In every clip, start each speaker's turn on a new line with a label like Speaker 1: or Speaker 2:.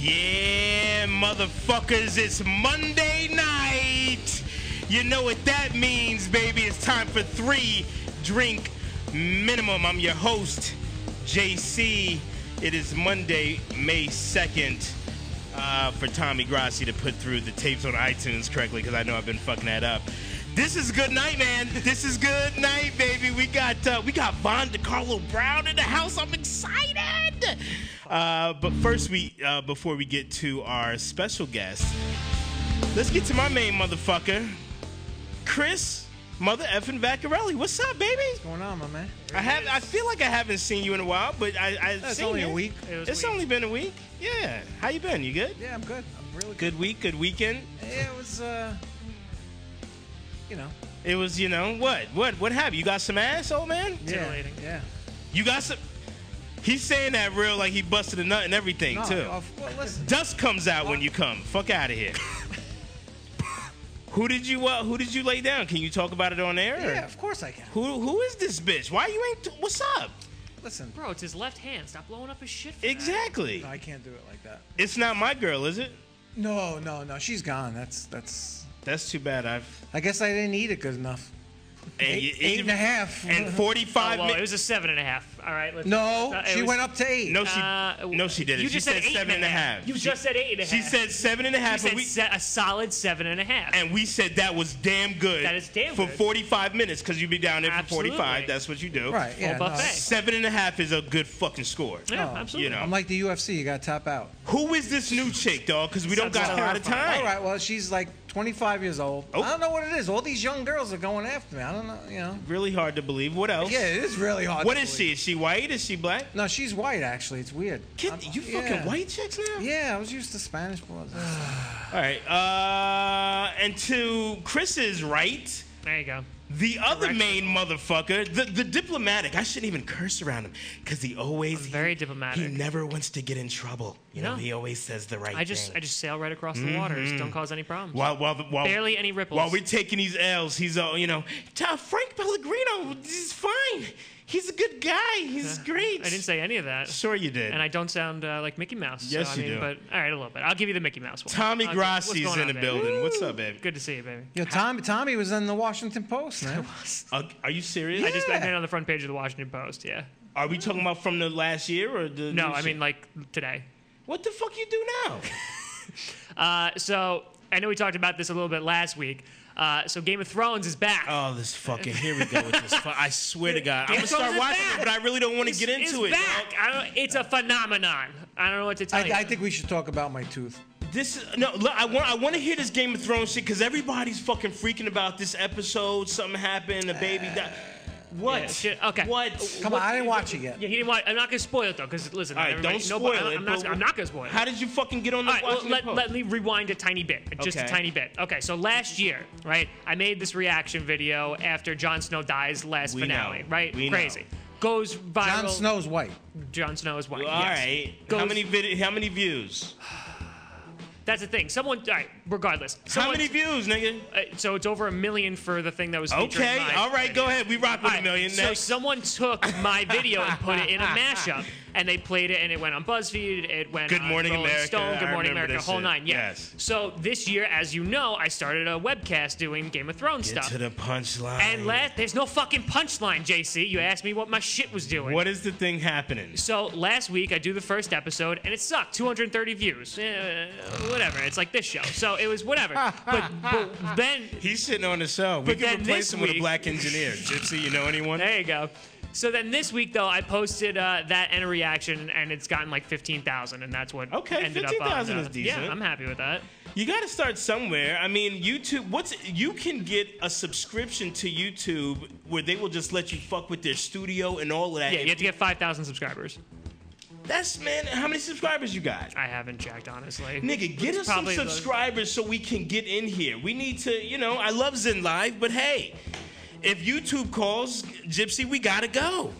Speaker 1: Yeah, motherfuckers, it's Monday night. You know what that means, baby. It's time for three drink minimum. I'm your host, JC. It is Monday, May 2nd. Uh, for Tommy Grassi to put through the tapes on iTunes correctly because I know I've been fucking that up. This is good night, man. This is good night, baby. We got uh, we got Von DeCarlo Brown in the house. I'm excited. Uh, but first, we uh, before we get to our special guest, let's get to my main motherfucker, Chris Mother effing Vaccarelli. What's up, baby?
Speaker 2: going on, my man?
Speaker 1: I have I feel like I haven't seen you in a while, but I I've
Speaker 2: That's
Speaker 1: seen
Speaker 2: only a
Speaker 1: you.
Speaker 2: week. It
Speaker 3: was
Speaker 1: it's
Speaker 3: weak.
Speaker 1: only been a week. Yeah. How you been? You good?
Speaker 2: Yeah, I'm good. I'm really good.
Speaker 1: Good week. Good weekend.
Speaker 2: Yeah, it was, uh, you know,
Speaker 1: It was, you know, what, what, what happened? You got some ass, old man?
Speaker 2: yeah,
Speaker 3: Titillating.
Speaker 2: yeah.
Speaker 1: You got some. He's saying that real like he busted a nut and everything
Speaker 2: No,
Speaker 1: too.
Speaker 2: of- well, listen,
Speaker 1: Dust comes out when you come. Fuck out of here. who did you? Uh, who did you lay down? Can you talk about it on air? or-
Speaker 2: yeah, of course I can.
Speaker 1: Who Who is this bitch? Why you ain't? what's up?
Speaker 2: Listen,
Speaker 3: Bro, it's his left hand. Stop blowing up his shit. For that.
Speaker 1: Exactly.
Speaker 2: no, I can't do it like that.
Speaker 1: It's not my girl, is it?
Speaker 2: No, no, no. She's gone. That's that's.
Speaker 1: That's too bad. I've
Speaker 2: I guess I didn't eat it good enough.
Speaker 1: and you-
Speaker 2: Eight, eight and a half.
Speaker 1: and forty
Speaker 3: Oh,
Speaker 1: five.
Speaker 3: well, it was a seven and a half. All right. Let's,
Speaker 2: no,
Speaker 3: uh, it
Speaker 2: she
Speaker 3: was-
Speaker 2: went up to eight.
Speaker 1: no, she
Speaker 3: uh,
Speaker 1: no, she didn't.
Speaker 3: You
Speaker 1: she
Speaker 3: just
Speaker 1: said
Speaker 3: eight
Speaker 1: seven and a half.
Speaker 3: You
Speaker 1: She-
Speaker 3: just said eight and a half.
Speaker 2: Uh,
Speaker 1: She said seven and a half.
Speaker 3: She
Speaker 1: and
Speaker 3: said
Speaker 1: we-
Speaker 3: se- a solid seven and a half.
Speaker 1: and we said that was damn good.
Speaker 3: That is damn
Speaker 1: for
Speaker 3: good.
Speaker 1: 45 minutes because you'd be down there
Speaker 3: Absolutely.
Speaker 1: for 45. That's what you do.
Speaker 2: Right? Yeah.
Speaker 3: Full
Speaker 2: no,
Speaker 3: buffet.
Speaker 1: Seven and a half is a good fucking score.
Speaker 3: yeah,
Speaker 2: oh,
Speaker 3: absolutely.
Speaker 1: you know.
Speaker 2: I'm like the UFC. You got to top out.
Speaker 1: Who is this new chick, dog? Because we don't
Speaker 3: Sounds
Speaker 1: got a lot of
Speaker 3: terrifying.
Speaker 1: time.
Speaker 2: All right. Well, she's like 25 years old.
Speaker 1: Oh.
Speaker 2: I don't know what it is. All these young girls are going after me. I don't know. You know.
Speaker 1: Really hard to believe. What else?
Speaker 2: Yeah, it is really hard.
Speaker 1: Oh. What
Speaker 2: to
Speaker 1: is
Speaker 2: believe.
Speaker 1: she? Is she white? Is she black?
Speaker 2: No, she's white. Actually, it's weird.
Speaker 1: Kid,
Speaker 2: I'm-
Speaker 1: you fucking
Speaker 2: yeah.
Speaker 1: white chicks now?
Speaker 2: Yeah, I was used to Spanish blood.
Speaker 1: All right. Uh, and to Chris's right,
Speaker 3: There you go.
Speaker 1: the other
Speaker 3: Correct.
Speaker 1: main motherfucker, the, the diplomatic. I shouldn't even curse around him because he always
Speaker 3: I'm very
Speaker 1: he-
Speaker 3: diplomatic.
Speaker 1: He never wants to get in trouble. You know,
Speaker 3: No.
Speaker 1: he always says the right
Speaker 3: I just
Speaker 1: thing.
Speaker 3: I just sail right across
Speaker 1: Mm-hmm.
Speaker 3: the waters. Don't cause any problems.
Speaker 1: While, while, the- while,
Speaker 3: Barely any ripples.
Speaker 1: While we're taking these L's, he's all, you know, "Ta- Frank Pellegrino is fine. He's a good guy. He's great.
Speaker 3: Uh, I didn't say any of that.
Speaker 1: Sure, you did.
Speaker 3: And I don't sound uh, like Mickey Mouse.
Speaker 1: Yes,
Speaker 3: so, I
Speaker 1: you
Speaker 3: mean,
Speaker 1: do.
Speaker 3: But all right, a little bit. I'll give you the Mickey Mouse one.
Speaker 1: Tommy
Speaker 3: I'll give- Uh, what's
Speaker 1: Grassi's
Speaker 3: going
Speaker 1: in
Speaker 3: on,
Speaker 1: the
Speaker 3: baby?
Speaker 1: building. What's up, baby?
Speaker 3: Good to see you, baby.
Speaker 2: Yo, Tom, Tommy was in the Washington Post, man.
Speaker 1: Uh, are you serious?
Speaker 3: I just I've
Speaker 2: Yeah.
Speaker 3: been on the front page of the Washington Post. Yeah.
Speaker 1: Are we talking about from the last year or the?
Speaker 3: No,
Speaker 1: new
Speaker 3: I
Speaker 1: shit?
Speaker 3: mean like today.
Speaker 1: what the fuck you do now?
Speaker 3: Uh, so I know we talked about this a little bit last week. Uh, so Game of Thrones is back.
Speaker 1: oh, this fucking. Here we go with this. Fu- I swear to God, I'm gonna
Speaker 3: It
Speaker 1: start
Speaker 3: comes
Speaker 1: watching
Speaker 3: back.
Speaker 1: it, but I really don't want to
Speaker 3: It's-
Speaker 1: get
Speaker 3: it's
Speaker 1: into it.
Speaker 3: back. I don't, it's a phenomenon. I don't know what to tell
Speaker 2: I,
Speaker 3: you.
Speaker 2: I think we should talk about my tooth.
Speaker 1: This is no. Look, I want. I want to hear this Game of Thrones shit because everybody's fucking freaking about this episode. Something happened. A baby died. What?
Speaker 3: Uh, Yeah, shit, okay.
Speaker 1: What?
Speaker 2: Come on, I didn't watch it yet.
Speaker 3: yeah, he didn't want. I'm not gonna spoil it though, because listen,
Speaker 1: All right,
Speaker 3: everybody-
Speaker 1: don't spoil
Speaker 3: nobody-
Speaker 1: it.
Speaker 3: I'm, not,
Speaker 1: but
Speaker 3: I'm not gonna spoil it.
Speaker 1: How did you fucking get on the
Speaker 3: All right, well,
Speaker 1: Washington
Speaker 3: let,
Speaker 1: Post?
Speaker 3: let me rewind a tiny bit, just
Speaker 1: Okay.
Speaker 3: a tiny bit. Okay, so last year, right, I made this reaction video after Jon Snow dies last
Speaker 1: We
Speaker 3: finale,
Speaker 1: know.
Speaker 3: right?
Speaker 1: We know.
Speaker 3: Crazy. Goes viral.
Speaker 2: Jon Snow's white.
Speaker 3: Jon Snow is white.
Speaker 1: All
Speaker 3: yes.
Speaker 1: right. How
Speaker 3: Goes-
Speaker 1: many vid- How many views?
Speaker 3: That's the thing. Someone, all right, regardless.
Speaker 1: how
Speaker 3: Someone,
Speaker 1: many views, nigga?
Speaker 3: Uh, so it's over a million for the thing that was featured in
Speaker 1: Okay.
Speaker 3: my
Speaker 1: All right.
Speaker 3: video.
Speaker 1: Go ahead. We rock with
Speaker 3: All right,
Speaker 1: a million.
Speaker 3: So
Speaker 1: Next.
Speaker 3: someone took my video and put it in a mashup, and they played it, and it went on BuzzFeed, it went
Speaker 1: Good
Speaker 3: on
Speaker 1: Morning
Speaker 3: Rolling
Speaker 1: America,
Speaker 3: Stone, Good
Speaker 1: I
Speaker 3: Morning
Speaker 1: remember
Speaker 3: America,
Speaker 1: this
Speaker 3: whole
Speaker 1: shit,
Speaker 3: nine. Yeah.
Speaker 1: yes.
Speaker 3: So this year, as you know, I started a webcast doing Game of Thrones
Speaker 1: Get
Speaker 3: stuff.
Speaker 1: to the punchline.
Speaker 3: and last, there's no fucking punchline, JC. You asked me what my shit was doing.
Speaker 1: What is the thing happening?
Speaker 3: So last week I do the first episode and it sucked. 230 views, Eh, whatever. It's like this show, so it was whatever. But, but then
Speaker 1: He's sitting on the cell. We
Speaker 3: But
Speaker 1: can
Speaker 3: then
Speaker 1: replace
Speaker 3: this
Speaker 1: him with a
Speaker 3: week-
Speaker 1: black engineer. Gypsy, you know anyone?
Speaker 3: There you go. So then this week though, I posted uh, that and a reaction, and it's gotten like fifteen thousand, and that's what
Speaker 1: Okay,
Speaker 3: ended up. on,
Speaker 1: 15,000
Speaker 3: uh,
Speaker 1: is decent.
Speaker 3: Yeah, I'm happy with that.
Speaker 1: You got to start somewhere. I mean, YouTube. What's you can get a subscription to YouTube where they will just let you fuck with their studio and all of that.
Speaker 3: Yeah, you have to get five thousand subscribers.
Speaker 1: That's man. How many subscribers you got?
Speaker 3: I haven't checked honestly.
Speaker 1: Nigga, get us some
Speaker 3: probably the-
Speaker 1: subscribers so we can get in here. We need to, you know. I love Zen Live, but hey, if YouTube calls Gypsy, we gotta go.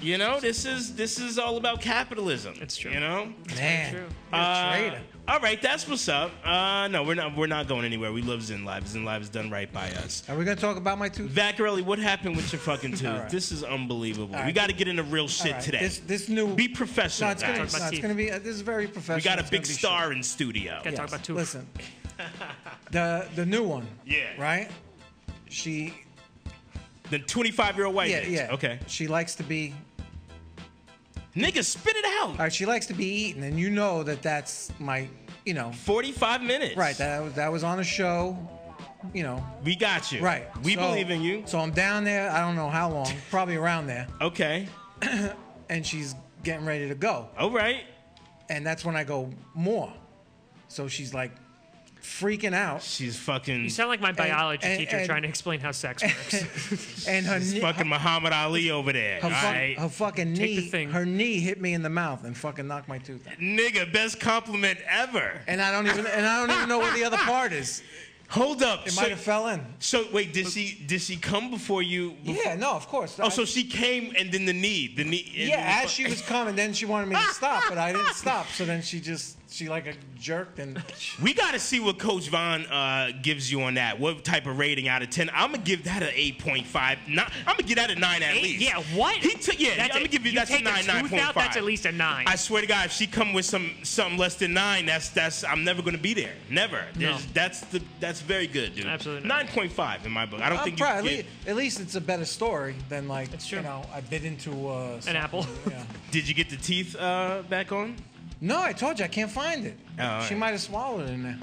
Speaker 1: You know, this is this is all about capitalism.
Speaker 3: It's true.
Speaker 1: You know.
Speaker 2: Man.
Speaker 3: True.
Speaker 1: Uh,
Speaker 2: traitor.
Speaker 1: all right, that's what's up. Uh, no, we're not. We're not going anywhere. We love Zen Live. Zen Live is done right by us.
Speaker 2: Are we gonna talk about my tooth?
Speaker 1: Vaccarelli, what happened with your fucking tooth?
Speaker 2: All right.
Speaker 1: This is unbelievable. We
Speaker 2: right.
Speaker 1: got to get into real shit
Speaker 2: All right,
Speaker 1: today.
Speaker 2: This, this new.
Speaker 1: Be professional,
Speaker 2: no, it's gonna,
Speaker 1: guys.
Speaker 2: no, it's gonna be. uh, this is very professional.
Speaker 1: we got a
Speaker 2: It's gonna
Speaker 1: big
Speaker 2: be
Speaker 1: star in studio.
Speaker 3: Gotta
Speaker 2: short.
Speaker 3: talk about two.
Speaker 2: Listen, the the new one.
Speaker 1: Yeah.
Speaker 2: Right. She.
Speaker 1: The 25 year old white
Speaker 2: Yeah,
Speaker 1: bitch.
Speaker 2: yeah.
Speaker 1: Okay.
Speaker 2: She likes to be.
Speaker 1: Nigga, spit it out.
Speaker 2: All right. She likes to be eaten, and you know that that's my. You know.
Speaker 1: 45 minutes.
Speaker 2: Right. That was- that was on a show. You know.
Speaker 1: we got you.
Speaker 2: Right.
Speaker 1: We
Speaker 2: So-
Speaker 1: believe in you.
Speaker 2: So I'm down there. I don't know how long. Probably around there.
Speaker 1: Okay.
Speaker 2: And she's getting ready to go.
Speaker 1: All right.
Speaker 2: and that's when I go more. So she's like freaking out,
Speaker 1: She's fucking
Speaker 3: You sound like my biology
Speaker 2: and-
Speaker 3: teacher
Speaker 2: and-
Speaker 3: trying to explain how sex works.
Speaker 2: and her knee,
Speaker 1: fucking Muhammad Ali over there.
Speaker 2: her,
Speaker 1: all
Speaker 2: fuck-
Speaker 1: right.
Speaker 2: her fucking
Speaker 3: Take the
Speaker 2: knee,
Speaker 3: thing.
Speaker 2: her knee hit me in the mouth and fucking knocked my tooth out.
Speaker 1: Nigga, best compliment ever.
Speaker 2: And I don't even, and I don't even know where the other part is.
Speaker 1: Hold up.
Speaker 2: It
Speaker 1: so,
Speaker 2: might have fell in.
Speaker 1: so wait, did she did she come before you?
Speaker 2: Yeah, no, of course.
Speaker 1: Oh, so she came and then the knee, the knee. and then
Speaker 2: yeah,
Speaker 1: the
Speaker 2: as
Speaker 1: fu-
Speaker 2: she was coming, then she wanted me to stop, but I didn't stop. So then she just, she like a jerked and
Speaker 1: We got to see what Coach Vaughn uh, gives you on that. What type of rating out of ten? I'm gonna give that an eight point five. Not, I'm gonna give that a nine at
Speaker 3: Eight?
Speaker 1: least.
Speaker 3: Yeah, what?
Speaker 1: He took. Yeah,
Speaker 3: That's
Speaker 1: I'm gonna
Speaker 3: it.
Speaker 1: give you,
Speaker 3: You
Speaker 1: that's a
Speaker 3: take a
Speaker 1: nine,
Speaker 3: tooth
Speaker 1: nine point five.
Speaker 3: out, that's at least a nine.
Speaker 1: I swear to God, if she come with some something less than nine, that's that's I'm never gonna be there. Never. There's- That's the that's very good, dude.
Speaker 3: Absolutely not. Uh,
Speaker 1: Nine point five in my book. I don't
Speaker 2: I'm
Speaker 1: think you
Speaker 2: proud.
Speaker 1: can
Speaker 2: At
Speaker 1: give,
Speaker 2: least, at least it's a better story than like,
Speaker 3: It's true.
Speaker 2: you know, I bit into uh,
Speaker 3: An
Speaker 2: something,
Speaker 3: apple.
Speaker 2: Yeah.
Speaker 1: Did you get the teeth uh, back on?
Speaker 2: No, I told you I can't find it.
Speaker 1: Oh, all
Speaker 2: she
Speaker 1: right.
Speaker 2: might have swallowed it in there.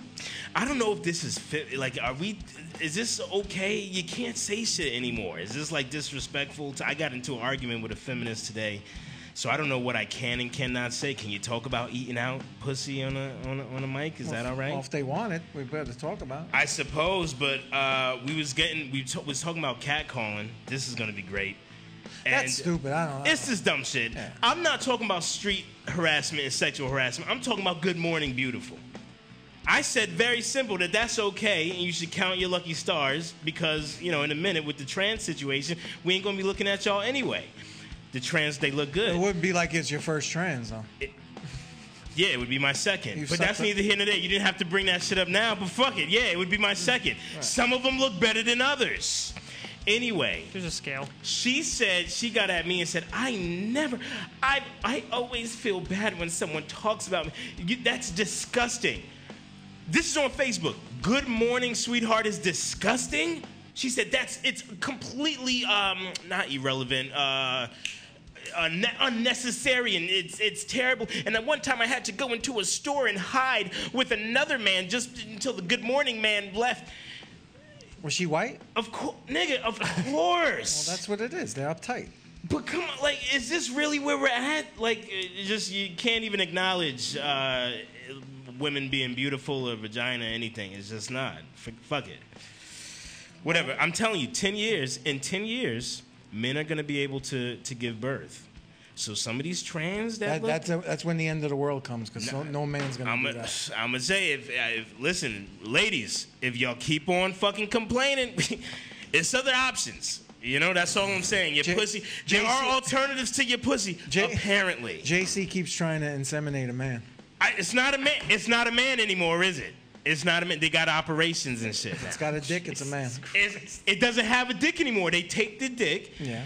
Speaker 1: I don't know if this is fit. Like, are we? Is this okay? You can't say shit anymore. Is this like disrespectful? To, I got into an argument with a feminist today, so I don't know what I can and cannot say. Can you talk about eating out pussy on a on a, on a mic? Is that all right?
Speaker 2: Well, if they want it, we better talk about. it.
Speaker 1: I suppose, but uh, we was getting we t- was talking about catcalling. This is gonna be great. And
Speaker 2: That's stupid. I don't. know.
Speaker 1: It's just dumb shit.
Speaker 2: Yeah.
Speaker 1: I'm not talking about street harassment and sexual harassment. I'm talking about Good Morning Beautiful. I said very simple that that's okay and you should count your lucky stars because, you know, in a minute with the trans situation, we ain't gonna be looking at y'all anyway. The trans, they look
Speaker 2: it
Speaker 1: good.
Speaker 2: wouldn't be like it's your first trans though.
Speaker 1: Yeah, it would be my second.
Speaker 2: You've
Speaker 1: But that's
Speaker 2: sucked up-
Speaker 1: neither here nor there. You didn't have to bring that shit up now, but fuck it. Yeah, it would be my second. Some of them look better than others. Anyway,
Speaker 3: There's a scale.
Speaker 1: she said she got at me and said i never i i always feel bad when someone talks about me you, that's disgusting this is on facebook good morning sweetheart is disgusting she said that's it's completely um not irrelevant uh un- unnecessary and it's it's terrible. And at one time I had to go into a store and hide with another man just until the good morning man left.
Speaker 2: Was she white?
Speaker 1: Of course, nigga, of course.
Speaker 2: That's what it is. They're uptight.
Speaker 1: But come on, like, is this really where we're at? Like, it just you can't even acknowledge uh, women being beautiful or vagina, anything. It's just not. F- fuck it. Whatever. I'm telling you, ten years. In ten years, men are gonna be able to to give birth. So some of these trans that,
Speaker 2: That,
Speaker 1: look,
Speaker 2: that's a, that's when the end of the world comes because no, no man's gonna
Speaker 1: I'm
Speaker 2: do
Speaker 1: gonna
Speaker 2: that.
Speaker 1: I'm say if, uh, if listen, ladies, if y'all keep on fucking complaining, it's other options. You know, that's all I'm saying. Your
Speaker 2: J-
Speaker 1: pussy. There
Speaker 2: JC
Speaker 1: are alternatives to your pussy.
Speaker 2: J-
Speaker 1: apparently,
Speaker 2: JC keeps trying to inseminate a man.
Speaker 1: I, it's not a man. It's not a man anymore, is it? It's not a man. They got operations and shit. now.
Speaker 2: It's got a dick. It's a man.
Speaker 1: It's- it doesn't have a dick anymore. They take the dick.
Speaker 2: Yeah.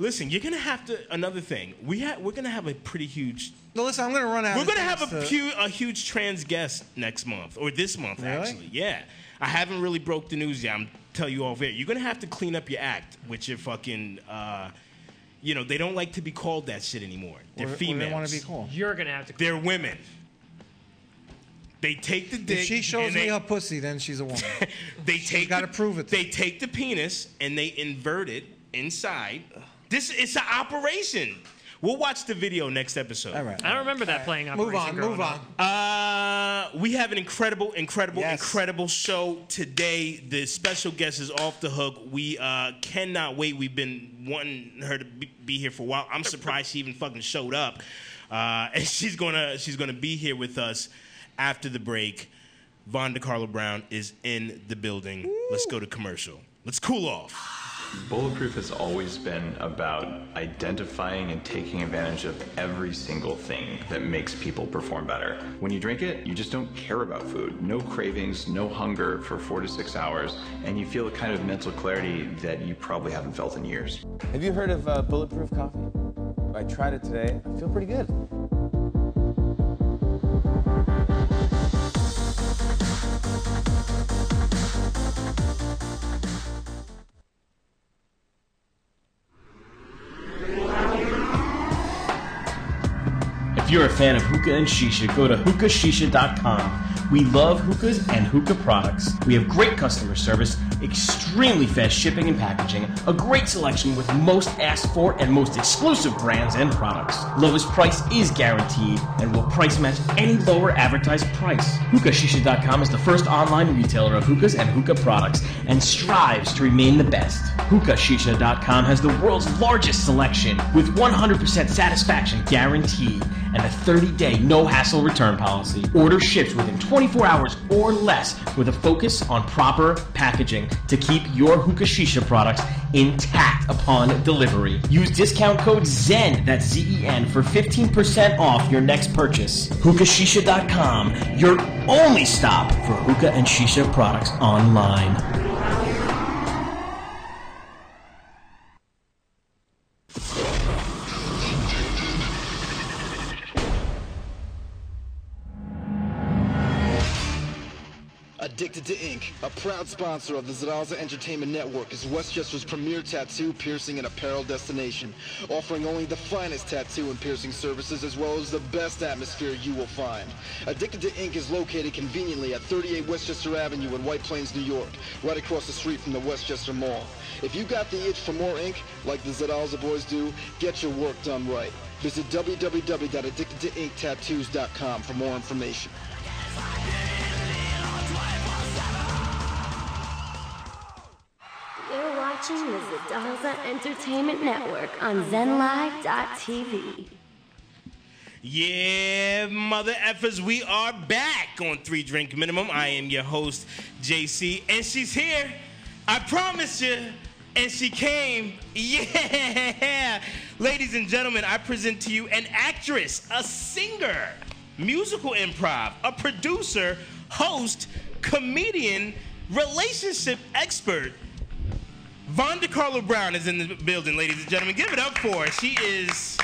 Speaker 1: Listen, you're gonna have to. Another thing, we ha- we're gonna have a pretty huge.
Speaker 2: No, listen. I'm gonna run out.
Speaker 1: We're
Speaker 2: of
Speaker 1: gonna have
Speaker 2: things
Speaker 1: a,
Speaker 2: to-
Speaker 1: pu- a huge trans guest next month or this month
Speaker 2: Really?
Speaker 1: actually. Yeah, I haven't really broke the news yet. I'm tell you all there. You're gonna have to clean up your act with your fucking. Uh, you know they don't like to be called that shit anymore. They're
Speaker 2: or- or
Speaker 1: females.
Speaker 2: They want to be cool.
Speaker 3: You're gonna have to.
Speaker 1: They're women. They take the dick.
Speaker 2: If she shows
Speaker 1: and they,
Speaker 2: me her pussy, then she's a woman.
Speaker 1: They take.
Speaker 2: gotta
Speaker 1: the-
Speaker 2: prove it to
Speaker 1: They take the penis and they invert it inside. This it's an operation. We'll watch the video next episode.
Speaker 2: All right.
Speaker 3: I don't remember that playing
Speaker 2: Move
Speaker 3: operation.
Speaker 2: on. Move
Speaker 3: growing
Speaker 2: on.
Speaker 3: up.
Speaker 1: Uh, we have an incredible, incredible,
Speaker 2: Yes.
Speaker 1: incredible show today. The special guest is off the hook. We uh, cannot wait. We've been wanting her to be, be here for a while. I'm surprised she even fucking showed up. Uh, and she's gonna she's gonna be here with us after the break. Von DeCarlo Brown is in the building. Let's go to commercial. Let's cool off.
Speaker 4: Bulletproof has always been about identifying and taking advantage of every single thing that makes people perform better. When you drink it, you just don't care about food. No cravings, no hunger for four to six hours, and you feel a kind of mental clarity that you probably haven't felt in years.
Speaker 5: Have you heard of uh, bulletproof coffee? I tried it today. I feel pretty good.
Speaker 6: If you're a fan of hookah and shisha, go to hookahshisha.com. We love hookahs and hookah products. We have great customer service, extremely fast shipping and packaging, a great selection with most asked for and most exclusive brands and products. Lowest price is guaranteed and will price match any lower advertised price. Hookahshisha.com is the first online retailer of hookahs and hookah products and strives to remain the best. Hookahshisha.com has the world's largest selection with 100% satisfaction guaranteed and a 30-day no-hassle return policy. Order ships within 24 hours or less with a focus on proper packaging to keep your hookah shisha products intact upon delivery. Use discount code ZEN, that's Z-E-N, for 15% off your next purchase. HookahShisha.com, your only stop for hookah and shisha products online.
Speaker 7: Addicted to Ink, a proud sponsor of the Zaraza Entertainment Network, is Westchester's premier tattoo, piercing, and apparel destination, offering only the finest tattoo and piercing services as well as the best atmosphere you will find. Addicted to Ink is located conveniently at 38 Westchester Avenue in White Plains, New York, right across the street from the Westchester Mall. If you got the itch for more ink, like the Zaraza boys do, get your work done right. Visit www.addictedtoinktattoos.com for more information.
Speaker 8: You're watching the Zadaza Entertainment Network on ZenLive.tv.
Speaker 1: Yeah, mother effers, we are back on Three Drink Minimum. I am your host, JC, and she's here. I promised you, and she came. Yeah! Ladies and gentlemen, I present to you an actress, a singer, musical improv, a producer, host, comedian, relationship expert. Vonda Carla Brown is in the building, ladies and gentlemen. Give it up for her. She is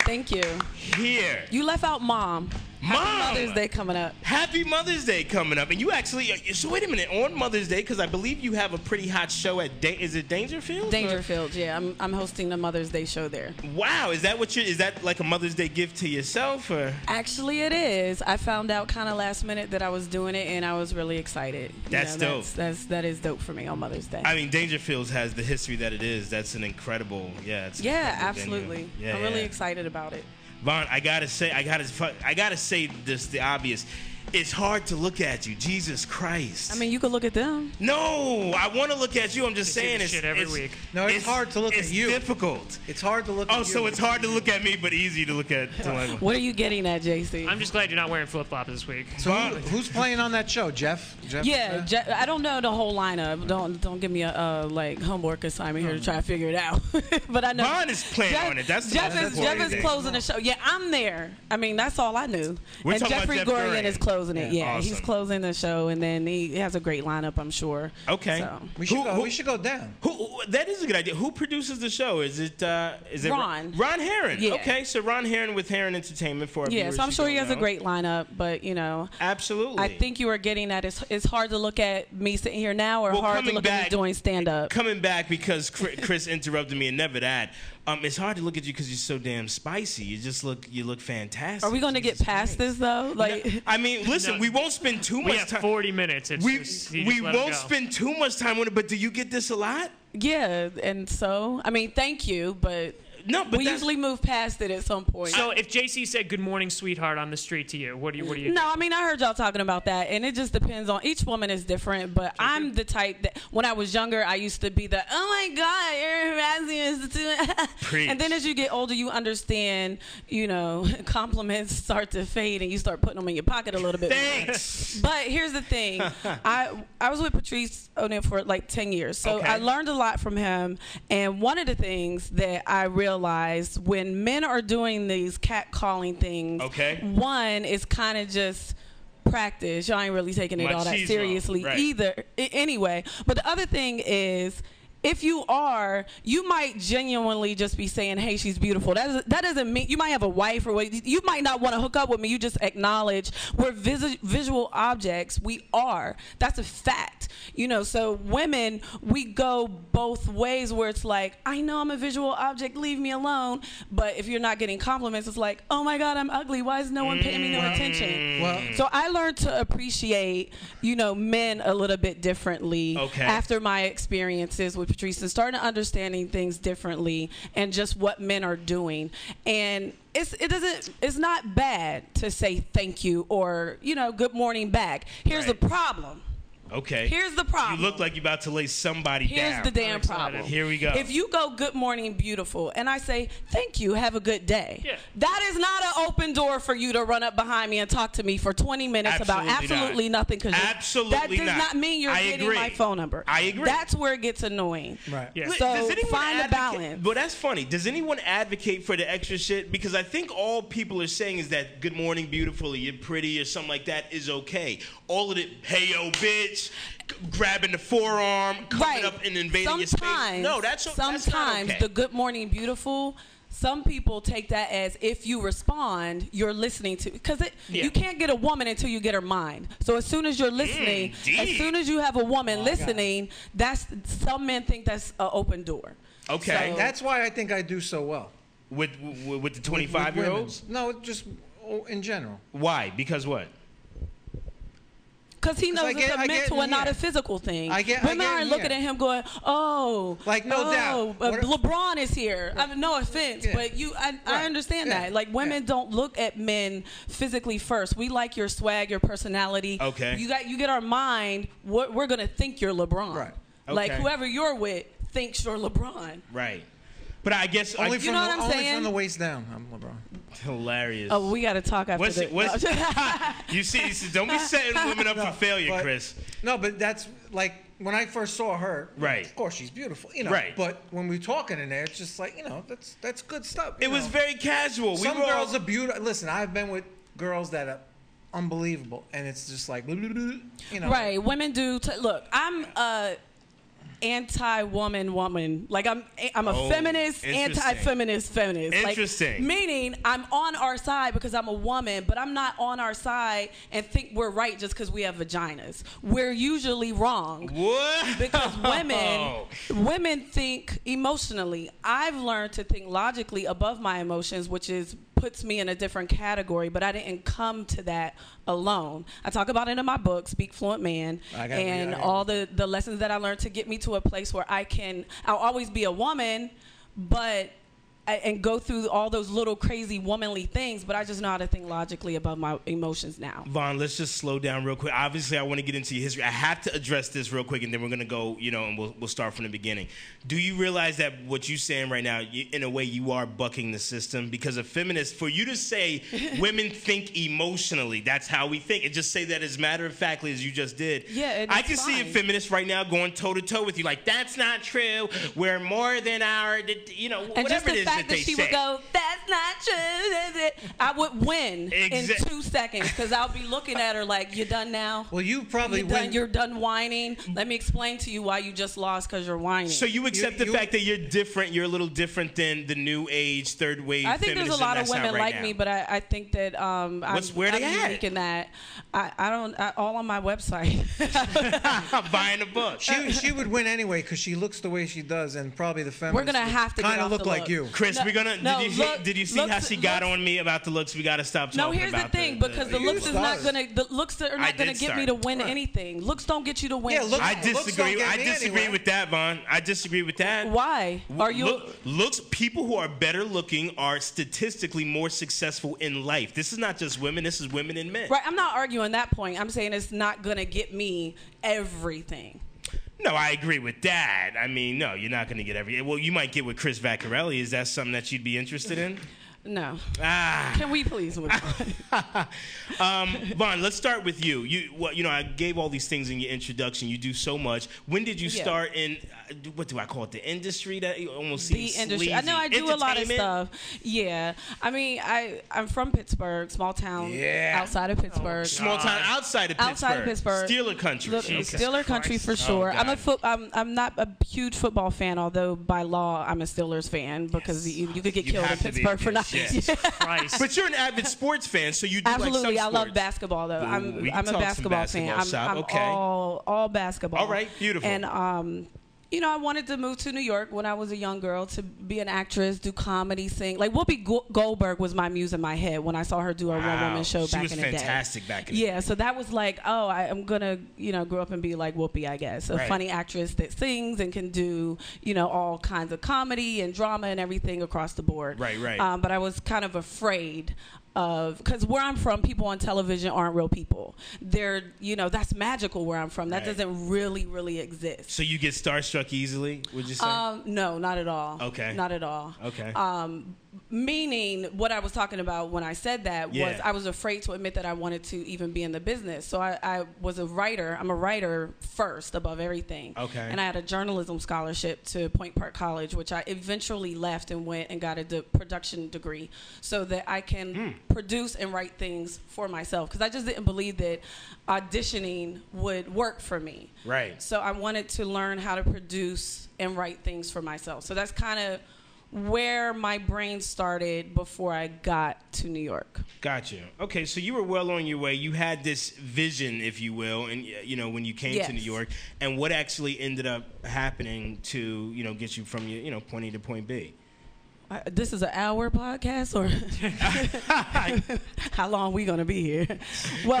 Speaker 9: Thank you.
Speaker 1: here.
Speaker 9: You left out mom.
Speaker 1: Mom!
Speaker 9: Happy Mother's Day coming up.
Speaker 1: Happy Mother's Day coming up, and you actually. uh, So wait a minute. On Mother's Day, because I believe you have a pretty hot show at. Da- is it Dangerfield?
Speaker 9: Dangerfield, yeah. I'm, I'm hosting the Mother's Day show there.
Speaker 1: Wow, is that what you? Is that like a Mother's Day gift to yourself, or?
Speaker 9: Actually, it is. I found out kind of last minute that I was doing it, and I was really excited. You
Speaker 1: That's
Speaker 9: know,
Speaker 1: dope.
Speaker 9: That's, that's that is dope for me on Mother's Day.
Speaker 1: I mean, Dangerfields has the history that it is. That's an incredible. Yeah. It's an
Speaker 9: yeah,
Speaker 1: incredible venue.
Speaker 9: absolutely.
Speaker 1: Yeah,
Speaker 9: I'm really
Speaker 1: yeah.
Speaker 9: excited about it.
Speaker 1: Von, I gotta say, I gotta, fu- I gotta say this, the obvious. It's hard to look at you, Jesus Christ.
Speaker 9: I mean, you could look at them.
Speaker 1: no, I want to look at you. I'm just
Speaker 3: They see
Speaker 1: saying,
Speaker 3: this
Speaker 1: it's
Speaker 3: shit every
Speaker 1: it's-
Speaker 3: week.
Speaker 2: No, it's hard to look at you.
Speaker 1: It's difficult.
Speaker 2: It's hard to look.
Speaker 1: Oh,
Speaker 2: at
Speaker 1: so
Speaker 2: you.
Speaker 1: it's hard to look at me, but easy to look at. Tallulah.
Speaker 9: What are you getting at, JC?
Speaker 3: I'm just glad you're not wearing flip flops this week.
Speaker 2: So who- who's playing on that show, Jeff? Jeff
Speaker 9: yeah,
Speaker 2: uh,
Speaker 9: Je- I don't know the whole lineup. Don't don't give me a uh, like homework assignment here to try to figure it out. but I know
Speaker 1: Vaughn is playing on it. That's the
Speaker 9: Jeff
Speaker 1: most
Speaker 9: is Jeff
Speaker 1: important
Speaker 9: is
Speaker 1: thing.
Speaker 9: closing the show. Yeah, I'm there. I mean, that's all I knew.
Speaker 1: We're
Speaker 9: and
Speaker 1: talking about
Speaker 9: Jeffrey
Speaker 1: Jeff
Speaker 9: Gorian
Speaker 1: Gorian.
Speaker 9: is closing it.
Speaker 1: Yeah.
Speaker 9: Yeah, he's
Speaker 1: Awesome.
Speaker 9: closing the show, and then he has a great lineup. I'm sure.
Speaker 1: Okay.
Speaker 9: So.
Speaker 2: we should
Speaker 1: Who-
Speaker 2: go.
Speaker 1: who-
Speaker 2: we should go down.
Speaker 1: Who, who- that is a good idea. Who produces the show? Is it uh, is it
Speaker 9: Ron.
Speaker 1: Ron Heron.
Speaker 9: Yeah.
Speaker 1: Okay, so Ron Heron with Heron Entertainment for our
Speaker 9: Yeah,
Speaker 1: viewers
Speaker 9: so I'm
Speaker 1: who
Speaker 9: sure he
Speaker 1: don't
Speaker 9: has a
Speaker 1: know.
Speaker 9: great lineup, but you know,
Speaker 1: Absolutely.
Speaker 9: I think you are getting at it's, it's hard to look at me sitting here now, or
Speaker 1: Well,
Speaker 9: hard to
Speaker 1: coming
Speaker 9: look at
Speaker 1: back,
Speaker 9: me doing stand up.
Speaker 1: Coming back because Chri- Chris interrupted me and never that. Um, it's hard to look at you because you're so damn spicy. You just look you look fantastic.
Speaker 9: Are we going to get
Speaker 1: Jesus
Speaker 9: past
Speaker 1: Christ.
Speaker 9: this though? Like,
Speaker 1: I mean, listen,
Speaker 3: No.
Speaker 1: we won't spend too
Speaker 3: We
Speaker 1: much
Speaker 3: have
Speaker 1: time.
Speaker 3: 40 minutes. It's
Speaker 1: we
Speaker 3: just- you
Speaker 1: we
Speaker 3: just let 'em
Speaker 1: won't
Speaker 3: go.
Speaker 1: spend too much time on it. But do you get this a lot?
Speaker 9: Yeah, and so I mean, thank you, but
Speaker 1: No, but
Speaker 9: we
Speaker 1: that's-
Speaker 9: usually move past it at some point.
Speaker 3: So if JC said "Good morning, sweetheart" on the street to you, what do you what do you?
Speaker 9: No, I mean I heard y'all talking about that, and it just depends on each woman is different. But I'm the type that when I was younger, I used to be the oh my god, you're harassing us, too."
Speaker 1: Preach.
Speaker 9: and then as you get older, you understand, you know, compliments start to fade, and you start putting them in your pocket a little bit. more.
Speaker 1: Thanks.
Speaker 9: But here's the thing, I I was with Patrice O'Neill for like ten years, so
Speaker 1: Okay.
Speaker 9: I learned a lot from him. And one of the things that I realized when men are doing these catcalling things,
Speaker 1: Okay.
Speaker 9: one is kind of just practice. Y'all ain't really taking it all that
Speaker 1: Machismo,
Speaker 9: seriously
Speaker 1: right.
Speaker 9: either. I- anyway, but the other thing is. If you are, you might genuinely just be saying, "Hey, she's beautiful." That doesn't, that doesn't mean you might have a wife or what. You might not want to hook up with me. You just acknowledge we're vis- visual objects. We are. That's a fact. You know. So women, we go both ways where it's like, "I know I'm a visual object. Leave me alone." But if you're not getting compliments, it's like, "Oh my God, I'm ugly. Why is no one paying me no attention?"
Speaker 2: Well,
Speaker 9: Mm. So I learned to appreciate, you know, men a little bit differently
Speaker 1: Okay.
Speaker 9: after my experiences with Patrice and starting understanding things differently and just what men are doing. And it's it doesn't it's not bad to say thank you or, you know, good morning back. Here's
Speaker 1: Right.
Speaker 9: the problem.
Speaker 1: Okay.
Speaker 9: Here's the problem.
Speaker 1: You look like you're about to lay somebody down.
Speaker 9: Here's the damn problem.
Speaker 1: Here we go.
Speaker 9: If you go good morning beautiful and I say thank you, have a good day.
Speaker 3: Yeah.
Speaker 9: That is not an open door for you to run up behind me and talk to me for 20 minutes about
Speaker 1: Absolutely not.
Speaker 9: absolutely nothing cuz
Speaker 1: Absolutely
Speaker 9: that does
Speaker 1: not.
Speaker 9: not, mean you're
Speaker 1: I
Speaker 9: getting
Speaker 1: agree.
Speaker 9: my phone number.
Speaker 1: I agree.
Speaker 9: That's where it gets annoying.
Speaker 2: Right. Yeah.
Speaker 9: So
Speaker 1: Does anyone
Speaker 9: find a
Speaker 1: advocate-
Speaker 9: balance.
Speaker 1: Well, that's funny. Does anyone advocate for the extra shit? Because I think all people are saying is that "Good morning, beautiful," or "You're pretty," or something like that is okay. All of it, "Hey yo, bitch," g- grabbing the forearm, coming
Speaker 9: right.
Speaker 1: up and invading
Speaker 9: sometimes,
Speaker 1: your space. No, that's o-
Speaker 9: sometimes
Speaker 1: that's not okay.
Speaker 9: the good morning beautiful. Some people take that as if you respond, you're listening to because it
Speaker 1: Yeah.
Speaker 9: you can't get a woman until you get her mind. So as soon as you're listening,
Speaker 1: Mm,
Speaker 9: as
Speaker 1: deep.
Speaker 9: soon as you have a woman listening, that's some men think that's an open door.
Speaker 1: okay
Speaker 9: So-
Speaker 2: That's why I think I do so well.
Speaker 1: with, with with the 25 year olds.
Speaker 2: Women. No, just oh, in general.
Speaker 1: Why? Because what?
Speaker 9: Because he
Speaker 2: 'Cause I
Speaker 9: knows
Speaker 2: get-
Speaker 9: it's
Speaker 2: I
Speaker 9: a
Speaker 2: get-
Speaker 9: mental and not
Speaker 2: yeah.
Speaker 9: a physical thing.
Speaker 2: I get- I
Speaker 9: Women
Speaker 2: get-
Speaker 9: aren't looking
Speaker 2: yeah.
Speaker 9: at him going, oh.
Speaker 2: Like, no
Speaker 9: oh,
Speaker 2: doubt.
Speaker 9: uh,
Speaker 2: What-
Speaker 9: LeBron is here. I mean, no offense,
Speaker 2: Yeah.
Speaker 9: but you, I,
Speaker 2: Right.
Speaker 9: I understand
Speaker 2: Yeah.
Speaker 9: that. Like, women
Speaker 2: Yeah.
Speaker 9: don't look at men physically first. We like your swag, your personality.
Speaker 1: Okay.
Speaker 9: You got, you get our mind. We're, we're gonna think you're LeBron.
Speaker 2: Right.
Speaker 9: Like
Speaker 1: Okay.
Speaker 9: whoever you're with thinks you're LeBron.
Speaker 1: Right. But I guess
Speaker 2: Only
Speaker 1: I,
Speaker 2: from
Speaker 9: know what
Speaker 2: the,
Speaker 9: I'm
Speaker 2: only
Speaker 9: saying?
Speaker 2: from the waist down. I'm LeBron.
Speaker 1: hilarious.
Speaker 9: Oh, we gotta talk after
Speaker 1: What's
Speaker 9: this.
Speaker 1: it? What's,
Speaker 9: No.
Speaker 1: you see, you see, don't be setting women up for failure,
Speaker 2: But-
Speaker 1: Chris.
Speaker 2: No, but that's like when I first saw her.
Speaker 1: Right.
Speaker 2: Of course, she's beautiful. You know.
Speaker 1: Right.
Speaker 2: But when we're talking in there, it's just like you know, that's that's good stuff. you
Speaker 1: It was
Speaker 2: know.
Speaker 1: very casual.
Speaker 2: Some
Speaker 1: we were
Speaker 2: girls
Speaker 1: all,
Speaker 2: are beautiful. Listen, I've been with girls that are unbelievable, and it's just like you know.
Speaker 9: Right. Women do. T- look, I'm a anti-woman woman. Like I'm, I'm a
Speaker 1: Oh,
Speaker 9: feminist,
Speaker 1: interesting.
Speaker 9: anti-feminist, feminist. Like,
Speaker 1: Interesting.
Speaker 9: meaning I'm on our side because I'm a woman, but I'm not on our side and think we're right just because we have vaginas. We're usually wrong
Speaker 1: What?
Speaker 9: because
Speaker 2: Oh.
Speaker 9: women women think emotionally. I've learned to think logically above my emotions, which is puts me in a different category. But I didn't come to that alone. I talk about it in my book, Speak Fluent Man,
Speaker 2: I gotta read- I
Speaker 9: and
Speaker 2: gotta
Speaker 9: all the the lessons that I learned to get me to a place where I can. I'll always be a woman, but. I- And go through all those little crazy womanly things, but I just know how to think logically above my emotions now.
Speaker 1: Vaughn, let's just slow down real quick. Obviously, I want to get into your history. I have to address this real quick, and then we're gonna go, you know, and we'll we'll start from the beginning. Do you realize that what you're saying right now, you, in a way, you are bucking the system because a feminist, for you to say women think emotionally, that's how we think, and just say that as matter of factly as you just did.
Speaker 9: Yeah, and
Speaker 1: I
Speaker 9: it's
Speaker 1: can see a
Speaker 9: fine.
Speaker 1: feminist right now going toe to toe with you, like that's not true. We're more than our, you know,
Speaker 9: And
Speaker 1: whatever
Speaker 9: just
Speaker 1: it
Speaker 9: the
Speaker 1: is that
Speaker 9: fact that,
Speaker 1: they
Speaker 9: she
Speaker 1: say.
Speaker 9: would go, that's not true. is it?" I would win
Speaker 1: Exact-
Speaker 9: in two seconds because I'll be looking at her like, you done now?
Speaker 2: Well, you probably
Speaker 9: you done,
Speaker 2: win-
Speaker 9: You're done whining. Let me explain to you why you just lost because you're whining.
Speaker 1: So you accept the
Speaker 2: you-
Speaker 1: fact that you're different, you're a little different than the new age, third wave.
Speaker 9: I think there's a
Speaker 1: feminism
Speaker 9: lot of
Speaker 1: that's out
Speaker 9: women
Speaker 1: right
Speaker 9: like
Speaker 1: now.
Speaker 9: me, but I, I think that um, I'm,
Speaker 1: What's- where
Speaker 9: I'm
Speaker 1: they at?
Speaker 9: unique in that. I, I don't, I, all on my website.
Speaker 1: I'm buying a book.
Speaker 9: Uh,
Speaker 2: She, she would win anyway because she looks the way she does, and probably the feminists
Speaker 9: We're gonna have to get
Speaker 2: kind of
Speaker 9: off
Speaker 2: look
Speaker 9: the
Speaker 2: like
Speaker 9: look.
Speaker 2: you.
Speaker 1: Chris, we're gonna.
Speaker 9: no,
Speaker 1: did you
Speaker 9: look-
Speaker 1: did you see
Speaker 9: looks-
Speaker 1: how she got
Speaker 9: looks-
Speaker 1: on me about the looks? We gotta stop talking
Speaker 9: No, here's the
Speaker 1: about
Speaker 9: thing, because the
Speaker 2: You
Speaker 9: looks is not
Speaker 2: started.
Speaker 9: gonna the looks are
Speaker 1: I
Speaker 9: not gonna
Speaker 1: did
Speaker 9: get me
Speaker 1: start.
Speaker 9: to win anything. Looks don't get you to win.
Speaker 2: Yeah, looks-
Speaker 1: I
Speaker 2: looks don't
Speaker 1: disagree.
Speaker 2: get
Speaker 1: I
Speaker 2: me
Speaker 1: disagree
Speaker 2: anywhere.
Speaker 1: with that, Von. I disagree with that.
Speaker 9: Why are you?
Speaker 1: Look, looks people who are better looking are statistically more successful in life. This is not just women. This is women and men.
Speaker 9: Right, I'm not arguing that point. I'm saying it's not gonna get me everything.
Speaker 1: No, I agree with that. I mean, no, you're not going to get every. Well, you might get with Chris Vaccarelli. Is that something that you'd be interested in?
Speaker 9: No.
Speaker 1: Ah,
Speaker 9: Can we please move on?
Speaker 1: um, Vaughn, let's start with you. You, well, you know, I gave all these things in your introduction. You do so much. When did you
Speaker 9: Yeah.
Speaker 1: start in? uh, What do I call it? The industry that you almost
Speaker 9: the
Speaker 1: seems
Speaker 9: industry. I know I
Speaker 1: sleazy.
Speaker 9: do a lot of
Speaker 1: Entertainment?
Speaker 9: stuff. Yeah. I mean, I I'm from Pittsburgh, small town
Speaker 2: Yeah.
Speaker 9: outside of Pittsburg.
Speaker 1: Small town outside of Pittsburgh.
Speaker 9: Outside of Pittsburgh,
Speaker 1: Steeler country.
Speaker 9: Look,
Speaker 1: Jesus
Speaker 9: Steeler country
Speaker 1: Christ.
Speaker 9: for sure.
Speaker 1: Oh,
Speaker 9: I'm a
Speaker 1: God.
Speaker 9: foot. I'm, I'm not a huge football fan, although by law I'm a Steelers fan because you, you could get
Speaker 1: You
Speaker 9: killed in
Speaker 1: have to be,
Speaker 9: Pittsburgh for not.
Speaker 1: yes, yes.
Speaker 3: Christ.
Speaker 1: But you're an avid sports fan, so you do
Speaker 9: Absolutely,
Speaker 1: like
Speaker 9: I
Speaker 1: some
Speaker 9: love
Speaker 1: sports.
Speaker 9: basketball though.
Speaker 1: Ooh,
Speaker 9: I'm,
Speaker 1: we can
Speaker 9: I'm a
Speaker 1: talk some
Speaker 9: basketball, fan.
Speaker 1: basketball,
Speaker 9: I'm,
Speaker 1: Shop.
Speaker 9: I'm
Speaker 1: Okay.
Speaker 9: all all basketball.
Speaker 1: All right, beautiful.
Speaker 9: And um, you know, I wanted to move to New York when I was a young girl to be an actress, do comedy, sing. Like Whoopi Go- Goldberg was my muse in my head when I saw her do her
Speaker 1: Wow.
Speaker 9: one woman show
Speaker 1: She
Speaker 9: back
Speaker 1: was
Speaker 9: in the day.
Speaker 1: fantastic back in the
Speaker 9: Yeah, so that was like, oh, I, I'm gonna you know grow up and be like Whoopi, I guess, a
Speaker 1: Right.
Speaker 9: funny actress that sings and can do you know all kinds of comedy and drama and everything across the board.
Speaker 1: Right, right.
Speaker 9: Um, but I was kind of afraid of because where I'm from, people on television aren't real people. They're you know that's magical where I'm from.
Speaker 1: Right.
Speaker 9: That doesn't really really exist.
Speaker 1: So you get starstruck easily, would you say?
Speaker 9: Um, no, not at all.
Speaker 1: Okay.
Speaker 9: not at all.
Speaker 1: okay.
Speaker 9: Meaning, what I was talking about when I said that was
Speaker 1: Yeah.
Speaker 9: I was afraid to admit that I wanted to even be in the business. So I, I was a writer. I'm a writer first, above everything.
Speaker 1: Okay.
Speaker 9: And I had a journalism scholarship to Point Park College, which I eventually left and went and got a de- production degree so that I can
Speaker 1: Hmm.
Speaker 9: produce and write things for myself. Because I just didn't believe that auditioning would work for me.
Speaker 1: Right.
Speaker 9: So I wanted to learn how to produce and write things for myself. So that's kind of where my brain started before I got to New York.
Speaker 1: Gotcha. Okay, so you were well on your way. You had this vision, if you will, and y- you know when you came
Speaker 9: Yes.
Speaker 1: to New York, and what actually ended up happening to you know get you from your you know point A to point B.
Speaker 9: I, Uh, this is an hour podcast, or how long we gonna be here? Well,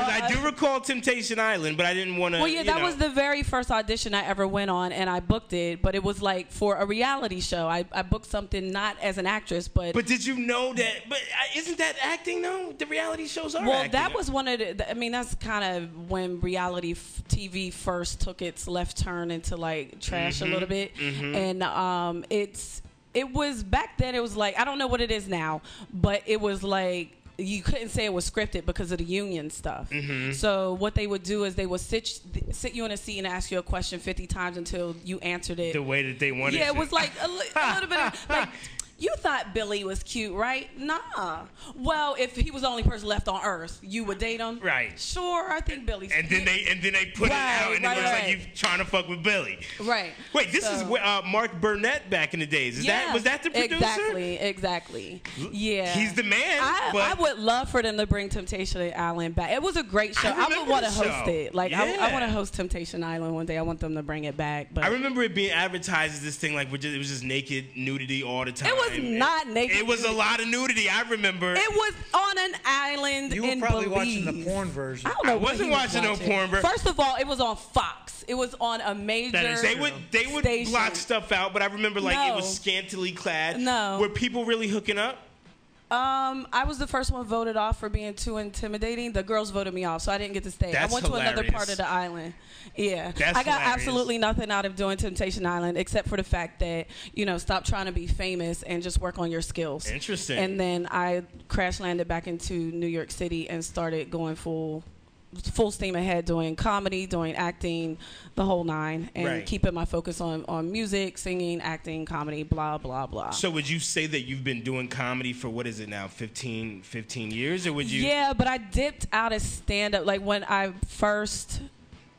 Speaker 1: 'Cause I
Speaker 9: uh,
Speaker 1: do recall Temptation Island, but I didn't want to.
Speaker 9: Well, yeah, that was the very first audition I ever went on, and I booked it, but it was like for a reality show. I, I booked something not as an actress, but.
Speaker 1: But did you know that? But uh, isn't that acting though? The reality shows are.
Speaker 9: well,
Speaker 1: acting.
Speaker 9: that was one of the. th- I mean, that's kind of when reality f- TV first took its left turn into like trash
Speaker 1: Mm-hmm.
Speaker 9: a little bit, and um, it's it was back then. It was like I don't know what it is now, but it was like you couldn't say it was scripted because of the union stuff.
Speaker 1: Mm-hmm.
Speaker 9: So what they would do is they would sit sit you in a seat and ask you a question fifty times until you answered it
Speaker 1: the way that they wanted.
Speaker 9: yeah,
Speaker 1: to.
Speaker 9: it was like a, li- a little bit of like. You thought Billy was cute, right? Nah. Well, if he was the only person left on Earth, you would date him,
Speaker 1: Right.
Speaker 9: Sure, I think Billy's.
Speaker 1: And then they and then they put it
Speaker 9: Right,
Speaker 1: out, and
Speaker 9: right,
Speaker 1: it looks
Speaker 9: right.
Speaker 1: like you trying to fuck with Billy.
Speaker 9: they right.
Speaker 1: Wait, this is
Speaker 9: So-
Speaker 1: where, uh, Mark Burnett back in the days. Is that was that the producer?
Speaker 9: Exactly, exactly. Yeah,
Speaker 1: he's the man,
Speaker 9: I,
Speaker 1: but-
Speaker 9: I would love for them to bring Temptation Island back. It was a great show.
Speaker 1: I
Speaker 9: I, would
Speaker 1: remember
Speaker 9: want to
Speaker 1: the show.
Speaker 9: host it. Like I,
Speaker 1: Yeah.
Speaker 9: I want to host Temptation Island one day. I want them to bring it back. But
Speaker 1: I remember it being advertised as this thing like we're just, it was just naked nudity all the time.
Speaker 9: was not naked
Speaker 1: It was a
Speaker 9: nudity.
Speaker 1: lot of nudity. I remember.
Speaker 9: it was on an island.
Speaker 2: You were
Speaker 9: in
Speaker 2: probably watching the
Speaker 9: Belize.
Speaker 2: porn version.
Speaker 9: I don't know.
Speaker 1: I
Speaker 9: what
Speaker 1: wasn't
Speaker 9: he was
Speaker 1: watching no porn, bro.
Speaker 9: First of all, it was on Fox. It was on a major.
Speaker 3: That is
Speaker 1: they would they would
Speaker 9: station.
Speaker 1: block stuff out, but I remember like it
Speaker 9: No.
Speaker 1: was scantily clad.
Speaker 9: No.
Speaker 1: were people really hooking up?
Speaker 9: Um, I was the first one voted off for being too intimidating. The girls voted me off, so I didn't get to stay.
Speaker 1: That's
Speaker 9: I went to another
Speaker 1: hilarious.
Speaker 9: part of the island. Yeah,
Speaker 1: That's
Speaker 9: I got
Speaker 1: hilarious.
Speaker 9: absolutely nothing out of doing Temptation Island except for the fact that you know stop trying to be famous and just work on your skills.
Speaker 1: Interesting.
Speaker 9: And then I crash landed back into New York City and started going full. Full steam ahead, doing comedy, doing acting, the whole nine, and
Speaker 1: Right.
Speaker 9: keeping my focus on on music, singing, acting, comedy, blah blah blah.
Speaker 1: So would you say that you've been doing comedy for what is it now 15, 15 years, or would you?
Speaker 9: Yeah, but I dipped out of stand up. Like when I first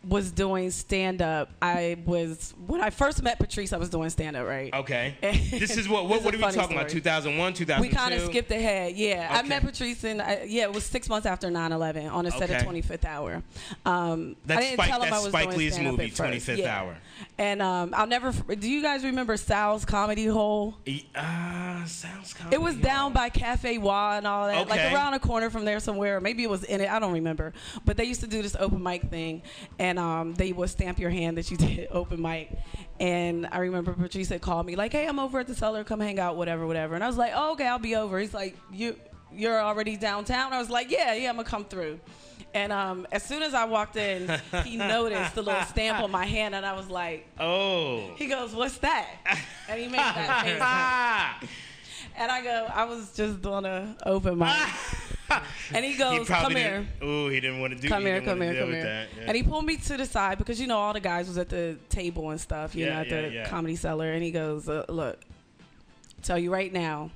Speaker 9: was doing stand up. I was when I first met Patrice, I was doing stand up, right?
Speaker 1: Okay. this is what what,
Speaker 9: It's a
Speaker 1: what are we
Speaker 9: funny
Speaker 1: talking about?
Speaker 9: story.
Speaker 1: 2001, 2002.
Speaker 9: We kind of skipped ahead. Yeah, I
Speaker 1: Okay.
Speaker 9: met Patrice in I, yeah, it was six months after 9/11 on a set of
Speaker 1: Okay.
Speaker 9: 25th Hour. Um,
Speaker 1: That's
Speaker 9: I didn't
Speaker 1: Spike-
Speaker 9: tell him
Speaker 1: that's
Speaker 9: I was
Speaker 1: Spike
Speaker 9: doing
Speaker 1: Lee's
Speaker 9: stand-up
Speaker 1: movie,
Speaker 9: at first.
Speaker 1: 25th
Speaker 9: Yeah.
Speaker 1: Hour.
Speaker 9: And um, I'll never. f- Do you guys remember Sal's comedy hole?
Speaker 1: Ah, sounds kind
Speaker 9: It was down by Cafe Wa and all that,
Speaker 1: Okay.
Speaker 9: like around a corner from there somewhere. Maybe it was in it. I don't remember. But they used to do this open mic thing, and um, they would stamp your hand that you did open mic. And I remember Patrice had called me like, "Hey, I'm over at the cellar. Come hang out, whatever, whatever." And I was like, oh, "Okay, I'll be over." He's like, "You, you're already downtown." I was like, "Yeah, yeah, I'm gonna come through." And um, as soon as I walked in, he noticed the little stamp on my hand, and I was like,
Speaker 1: Oh.
Speaker 9: "He goes, what's that?" And he made that face.
Speaker 1: Ah.
Speaker 9: And I go, I was just doing a open mic.
Speaker 1: Ah.
Speaker 9: and he
Speaker 1: He
Speaker 9: goes,
Speaker 1: probably
Speaker 9: come here.
Speaker 1: didn't. Ooh, he didn't want to do.
Speaker 9: Come
Speaker 1: he
Speaker 9: here,
Speaker 1: didn't wanna
Speaker 9: come here,
Speaker 1: deal
Speaker 9: come
Speaker 1: with
Speaker 9: here.
Speaker 1: That. yeah.
Speaker 9: And he pulled me to the side because you know all the guys was at the table and stuff, you
Speaker 1: Yeah,
Speaker 9: know, at
Speaker 1: yeah,
Speaker 9: the
Speaker 1: yeah.
Speaker 9: comedy cellar. And he goes, uh, look, tell you right now,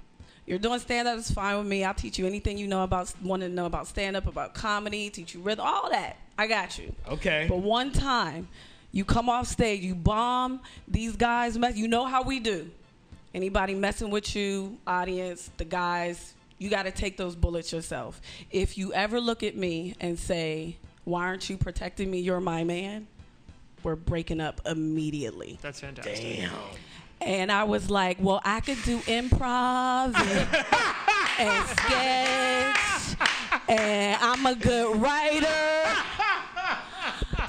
Speaker 9: you're doing stand up is fine with me. I'll teach you anything you know about want to know about stand up, about comedy, teach you rhythm, all that. I got you.
Speaker 1: Okay.
Speaker 9: But one time, you come off stage, you bomb these guys. Mess, you know how we do. Anybody messing with you, audience, the guys, you got to take those bullets yourself. If you ever look at me and say, "Why aren't you protecting me? You're my man," we're breaking up immediately.
Speaker 3: That's fantastic.
Speaker 9: And I was like, well, I could do improv and, and sketch, and I'm a good writer.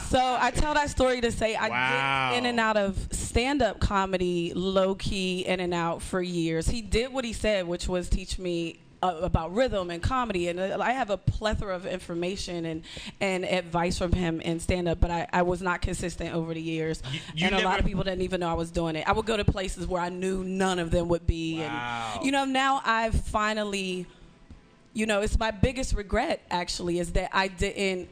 Speaker 9: So I tell that story to say I
Speaker 1: Wow.
Speaker 9: did in and out of stand up comedy, low key, in and out for years. He did what he said, which was teach me. Uh, about rhythm and comedy, and uh, I have a plethora of information and, and advice from him in stand up, but I, I was not consistent over the years
Speaker 1: you
Speaker 9: and a lot
Speaker 1: never-
Speaker 9: of people didn't even know I was doing it. I would go to places where I knew none of them would be.
Speaker 1: Wow.
Speaker 9: And you know, now I've finally, you know, it's my biggest regret actually is that I didn't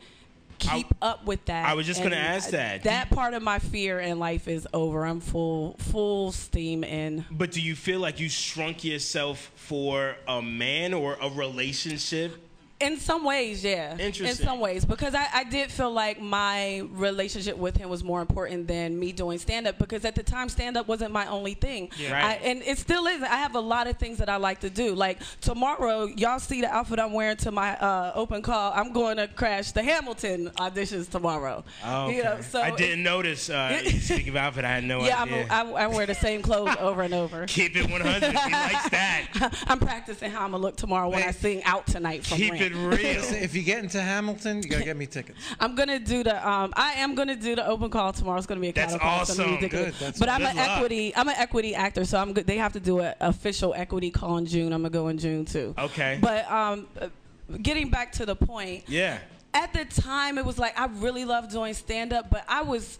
Speaker 9: keep up with that.
Speaker 1: I was just gonna
Speaker 9: And
Speaker 1: ask that.
Speaker 9: That part of my fear in life is over. I'm full full steam in.
Speaker 1: But do you feel like you shrunk yourself for a man or a relationship?
Speaker 9: In some ways, yeah. In
Speaker 1: Interesting.
Speaker 9: some ways, because I, I did feel like my relationship with him was more important than me doing stand up because at the time, stand up wasn't my only thing.
Speaker 1: Yeah. Right.
Speaker 9: I, and it still isn't. I have a lot of things that I like to do. Like tomorrow, y'all see the outfit I'm wearing to my uh, open call. I'm going to crash the Hamilton auditions tomorrow.
Speaker 1: Oh,
Speaker 9: You know,
Speaker 1: okay.
Speaker 9: so
Speaker 1: I didn't notice. Uh, speaking of outfit, I had no
Speaker 9: Yeah, I'm
Speaker 1: idea.
Speaker 9: a, I, I wear the same clothes over and over.
Speaker 1: Keep it 100. he likes that.
Speaker 9: I'm practicing how I'm gonna look tomorrow when I
Speaker 1: Wait.
Speaker 9: sing out tonight. From
Speaker 1: Keep
Speaker 9: Rent.
Speaker 1: it real.
Speaker 2: If you get into Hamilton, you gotta get me tickets.
Speaker 9: I'm gonna do the um I am gonna do the open call tomorrow. It's gonna be a
Speaker 1: That's
Speaker 9: cattle call. It's gonna be
Speaker 1: awesome.
Speaker 9: ridiculous.
Speaker 2: Good, that's
Speaker 9: but I'm
Speaker 1: good
Speaker 9: an
Speaker 1: luck.
Speaker 9: equity I'm an equity actor, so I'm good. They have to do an official equity call in June. I'm gonna go in June too.
Speaker 1: Okay.
Speaker 9: But um, uh, getting back to the point,
Speaker 1: Yeah.
Speaker 9: at the time it was like I really loved doing stand up, but I was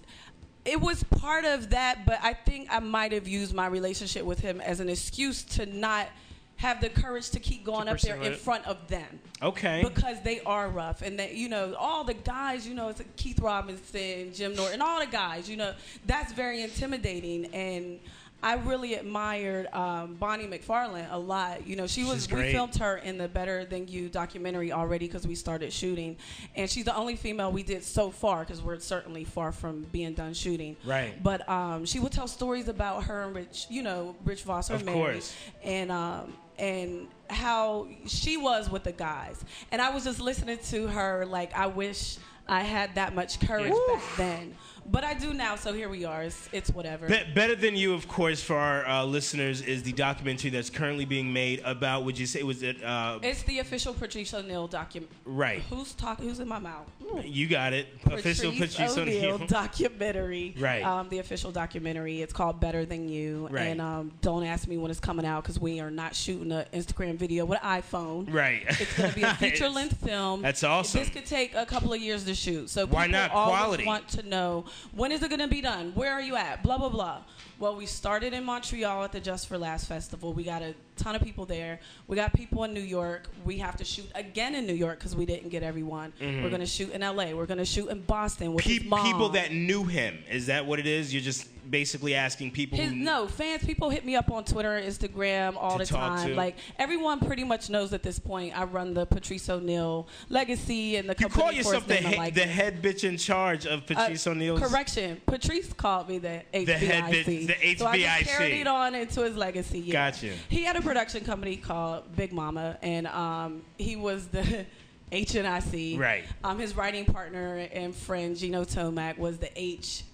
Speaker 9: it was part of that, but I think I might have used my relationship with him as an excuse to not have the courage to keep going up there
Speaker 3: pursue
Speaker 9: in
Speaker 3: it.
Speaker 9: front of them
Speaker 1: Okay.
Speaker 9: because they are rough and that you know all the guys you know it's like keith robinson jim norton all the guys you know that's very intimidating and i really admired um, bonnie mcfarland a lot you know she was
Speaker 1: She's
Speaker 9: we
Speaker 1: great.
Speaker 9: filmed her in the better than you documentary already because we started shooting and she's the only female we did so far because we're certainly far from being done shooting
Speaker 1: Right.
Speaker 9: but um, she would tell stories about her and rich you know rich voss her
Speaker 1: Of
Speaker 9: marriage
Speaker 1: course.
Speaker 9: and um and how she was with the guys and i was just listening to her like i wish i had that much courage back then but i do now so here we are it's, it's whatever
Speaker 1: Be- better than you, of course, for our uh, listeners is the documentary that's currently being made about. Would you say was it? Uh,
Speaker 9: it's the official Patrice O'Neill document.
Speaker 1: Right.
Speaker 9: Who's talking? Who's in my mouth?
Speaker 1: you got it. Official Patrice O'Neal.
Speaker 9: documentary.
Speaker 1: Right.
Speaker 9: Um, the official documentary. It's called Better Than You.
Speaker 1: Right.
Speaker 9: And um, don't ask me when it's coming out because we are not shooting an Instagram video with an iPhone.
Speaker 1: Right.
Speaker 9: It's going to be a feature length film.
Speaker 1: That's awesome.
Speaker 9: This could take a couple of years to shoot. So
Speaker 1: Why
Speaker 9: people
Speaker 1: not?
Speaker 9: always
Speaker 1: Quality.
Speaker 9: want to know when is it going to be done? Where are you at? Blah blah blah. Well, we started in Montreal at the Just for Last festival. We got a ton of people there. We got people in New York. We have to shoot again in New York because we didn't get everyone.
Speaker 1: Mm-hmm.
Speaker 9: We're going to shoot in L.A. We're going to shoot in Boston with his
Speaker 1: Pe-
Speaker 9: mom.
Speaker 1: people that knew him. Is that what it is? You're just basically asking people
Speaker 9: His,
Speaker 1: who
Speaker 9: no fans, people hit me up on Twitter, Instagram, all
Speaker 1: To
Speaker 9: the
Speaker 1: talk
Speaker 9: time.
Speaker 1: to.
Speaker 9: Like everyone pretty much knows at this point, I run the Patrice O'Neal legacy and the
Speaker 1: You
Speaker 9: company
Speaker 1: call yourself
Speaker 9: Forced
Speaker 1: the,
Speaker 9: Them to
Speaker 1: he-
Speaker 9: like
Speaker 1: the
Speaker 9: It.
Speaker 1: head bitch in charge of
Speaker 9: Uh,
Speaker 1: Patrice O'Neal's.
Speaker 9: Correction, Patrice called me the HBIC.
Speaker 1: head bitch- the
Speaker 9: So I just
Speaker 1: HBIC.
Speaker 9: carried it on into his legacy. Yeah.
Speaker 1: Gotcha.
Speaker 9: He had a production company called Big Mama, and um, he was the HNIC.
Speaker 1: Right.
Speaker 9: Um, his writing partner and friend Gino Tomac was the H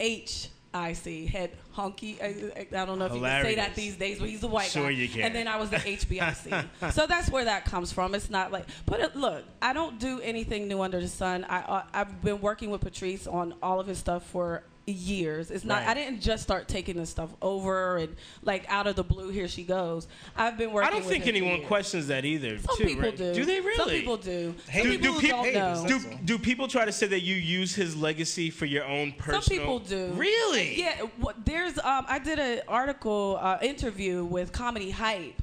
Speaker 9: H I C head honky. I, I don't know if you can say
Speaker 1: Hilarious.
Speaker 9: that these days, but he's a white
Speaker 1: Sure
Speaker 9: guy.
Speaker 1: you can.
Speaker 9: Oh And then I was the HBIC. so that's where that comes from. It's not like, but it, look, I don't do anything new under the sun. I, I I've been working with Patrice on all of his stuff for years. It's not.
Speaker 1: Right.
Speaker 9: I didn't just start taking this stuff over and like out of the blue. Here she goes. I've been working.
Speaker 1: I don't
Speaker 9: with
Speaker 1: think
Speaker 9: him for
Speaker 1: anyone
Speaker 9: years.
Speaker 1: questions that either.
Speaker 9: Some
Speaker 1: too,
Speaker 9: people
Speaker 1: right?
Speaker 9: do.
Speaker 1: Do they really?
Speaker 9: Some people do. Some
Speaker 1: Do,
Speaker 9: people
Speaker 1: do,
Speaker 9: who
Speaker 1: people,
Speaker 9: don't know.
Speaker 1: do, do people try to say that you use his legacy for your own personal?
Speaker 9: Some people do.
Speaker 1: Really?
Speaker 9: Yeah. wha- There's. Um, I did an article uh, interview with Comedy Hype,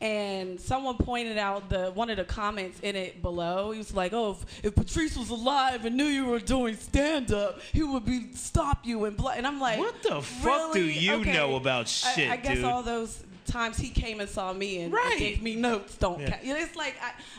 Speaker 9: and someone pointed out the one of the comments in it below. He was like, "Oh, if, if Patrice was alive and knew you were doing stand up, he would be stop you and blah." And I'm like,
Speaker 1: What the fuck do
Speaker 9: "Really?
Speaker 1: you
Speaker 9: Okay."
Speaker 1: know about
Speaker 9: I-
Speaker 1: shit,
Speaker 9: I, guess
Speaker 1: dude?
Speaker 9: all those times he came and saw me and, and
Speaker 1: Right.
Speaker 9: gave me notes don't
Speaker 2: Yeah.
Speaker 9: count. You know, It's like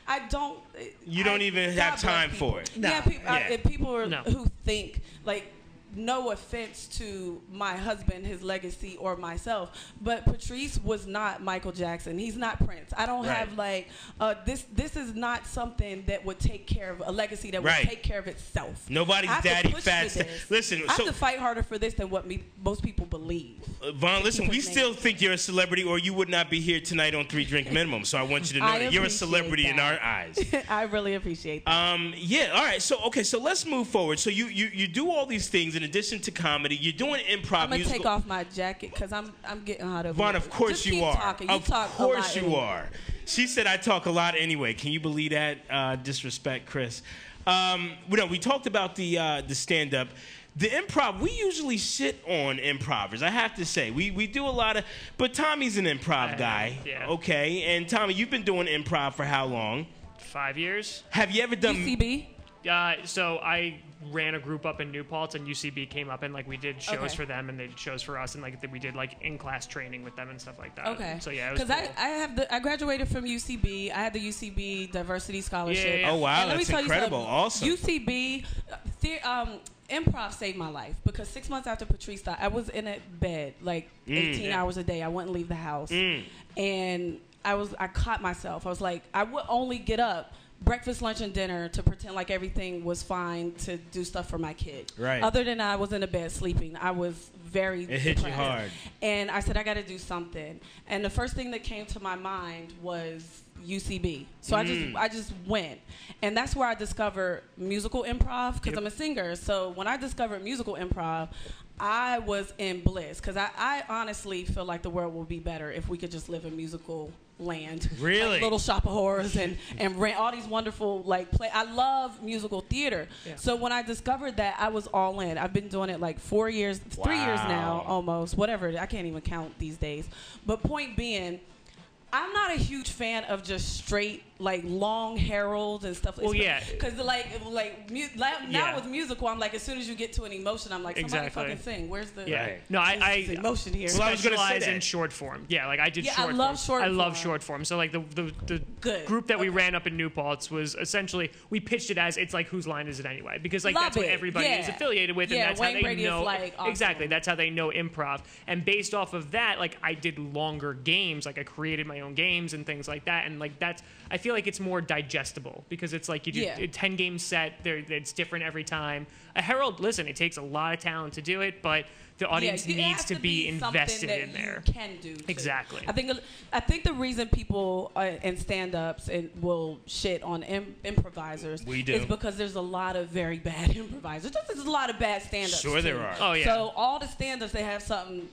Speaker 9: I, I don't.
Speaker 1: You don't
Speaker 9: I-
Speaker 1: even
Speaker 9: God
Speaker 1: have
Speaker 9: bless
Speaker 1: time
Speaker 9: people.
Speaker 1: for it.
Speaker 9: Yeah,
Speaker 2: Nah.
Speaker 9: peop I-
Speaker 1: Yeah.
Speaker 9: if people are,
Speaker 3: No.
Speaker 9: who think like no offense to my husband his legacy or myself but patrice was not michael jackson he's not prince i don't
Speaker 1: Right.
Speaker 9: have like uh, this this is not something that would take care of a legacy that
Speaker 1: Right.
Speaker 9: would take care of itself
Speaker 1: Nobody's
Speaker 9: I have to
Speaker 1: daddy
Speaker 9: push for
Speaker 1: fat sta-
Speaker 9: this.
Speaker 1: Listen,
Speaker 9: i
Speaker 1: so-
Speaker 9: have to fight harder for this than what me, most people believe
Speaker 1: Uh, Vaughn, listen,
Speaker 9: keep
Speaker 1: we
Speaker 9: his name.
Speaker 1: still think you're a celebrity, or you would not be here tonight on Three Drink Minimum. So I want you to know
Speaker 9: I
Speaker 1: that you're a
Speaker 9: appreciate
Speaker 1: celebrity in our
Speaker 9: that.
Speaker 1: eyes.
Speaker 9: i really appreciate that
Speaker 1: Um, yeah, all right. So okay, so let's move forward. So you you you do all these things in addition to comedy. You're doing improv.
Speaker 9: I'm gonna
Speaker 1: musical-
Speaker 9: take off my jacket because I'm I'm getting hot over.
Speaker 1: Vaughn,
Speaker 9: here.
Speaker 1: of course
Speaker 9: Just
Speaker 1: you
Speaker 9: keep
Speaker 1: are.
Speaker 9: Talking. You
Speaker 1: of
Speaker 9: talk a
Speaker 1: course
Speaker 9: lot
Speaker 1: you
Speaker 9: anyway.
Speaker 1: are. She said I talk a lot anyway. Can you believe that uh, disrespect, Chris? Um, we know we talked about the uh, the stand up. The improv, we usually shit on improvers. I have to say, we we do a lot of, but Tommy's an improv guy,
Speaker 3: yeah.
Speaker 1: okay. And Tommy, you've been doing improv for how long?
Speaker 3: Five years.
Speaker 1: Have you ever done?
Speaker 9: UCB.
Speaker 3: Uh, so I ran a group up in New Paltz, and UCB came up, and like we did shows
Speaker 9: Okay.
Speaker 3: for them, and they did shows for us, and like we did like in class training with them and stuff like that.
Speaker 9: Okay.
Speaker 3: So yeah, it was
Speaker 9: because I,
Speaker 3: cool.
Speaker 9: I have the I graduated from UCB. I had the UCB diversity scholarship.
Speaker 3: Yeah, yeah, yeah.
Speaker 1: Oh wow,
Speaker 9: And let me
Speaker 1: that's
Speaker 9: tell you something.
Speaker 1: incredible! Awesome.
Speaker 9: UCB, uh, the, um, improv saved my life because six months after Patrice died, I was in a bed like
Speaker 3: Mm,
Speaker 9: 18 hours a day. I wouldn't leave the house, and I was I caught myself. I was like, I would only get up. Breakfast, lunch, and dinner to pretend like everything was fine to do stuff for my kid.
Speaker 1: Right.
Speaker 9: Other than I was in a bed sleeping, I was very.
Speaker 1: It hit you
Speaker 9: depressed.
Speaker 1: hard.
Speaker 9: And I said, I got to do something. And the first thing that came to my mind was UCB. So I just I just went, and that's where I discovered musical improv because I'm a singer. So when I discovered musical improv. I was in bliss because I, I honestly feel like the world would be better if we could just live in musical land. Like
Speaker 1: Really?
Speaker 9: Little Shop of Horrors and, and rent all these wonderful, like, play. I love musical theater. So when I discovered that, I was all in. I've been doing it like four years, three years now almost whatever it is. i can't even count these days but point being i'm not a huge fan of just straight like long heralds and stuff
Speaker 3: Well, yeah.
Speaker 9: because like like mu- la- now
Speaker 3: Yeah.
Speaker 9: with musical i'm like as soon as you get to an emotion i'm like somebody
Speaker 3: Exactly.
Speaker 9: fucking sing where's the
Speaker 3: Yeah.
Speaker 1: Right.
Speaker 3: No, I-
Speaker 9: where's
Speaker 3: I-
Speaker 9: this emotion here
Speaker 1: Well, I was gonna say
Speaker 3: specialize in
Speaker 1: that.
Speaker 3: short form. Yeah, like I did
Speaker 9: Yeah, I
Speaker 3: short
Speaker 9: love
Speaker 3: form.
Speaker 9: short
Speaker 3: I love
Speaker 9: form.
Speaker 3: short form. So like the the, the
Speaker 9: Good.
Speaker 3: group that we
Speaker 9: Okay.
Speaker 3: ran up in New Paltz was essentially we pitched it as it's like whose line is it anyway? Because like
Speaker 9: Love
Speaker 3: that's what
Speaker 9: it.
Speaker 3: everybody is
Speaker 9: Yeah.
Speaker 3: affiliated with
Speaker 9: Yeah,
Speaker 3: and that's
Speaker 9: Wayne
Speaker 3: how they
Speaker 9: Brady is,
Speaker 3: know
Speaker 9: like, awesome.
Speaker 3: Exactly. That's how they know improv. And based off of that, like I did longer games, like I created my own games and things like that. And like that's I feel like it's more digestible because it's like you do
Speaker 9: Yeah.
Speaker 3: a ten game set, there it's different every time. A Herald, listen, it takes a lot of talent to do it, but the
Speaker 9: Yeah,
Speaker 3: audience
Speaker 9: it
Speaker 3: needs
Speaker 9: has
Speaker 3: to be
Speaker 9: something
Speaker 3: invested
Speaker 9: that
Speaker 3: in there.
Speaker 9: You can do too.
Speaker 3: Exactly.
Speaker 9: I think I think the reason people uh, and stand-ups and will shit on Im- improvisers
Speaker 1: We do.
Speaker 9: is because there's a lot of very bad improvisers. Just- There's a lot of bad stand-ups.
Speaker 1: Sure there
Speaker 9: too.
Speaker 1: are.
Speaker 3: Oh, yeah.
Speaker 9: So all the stand-ups they have something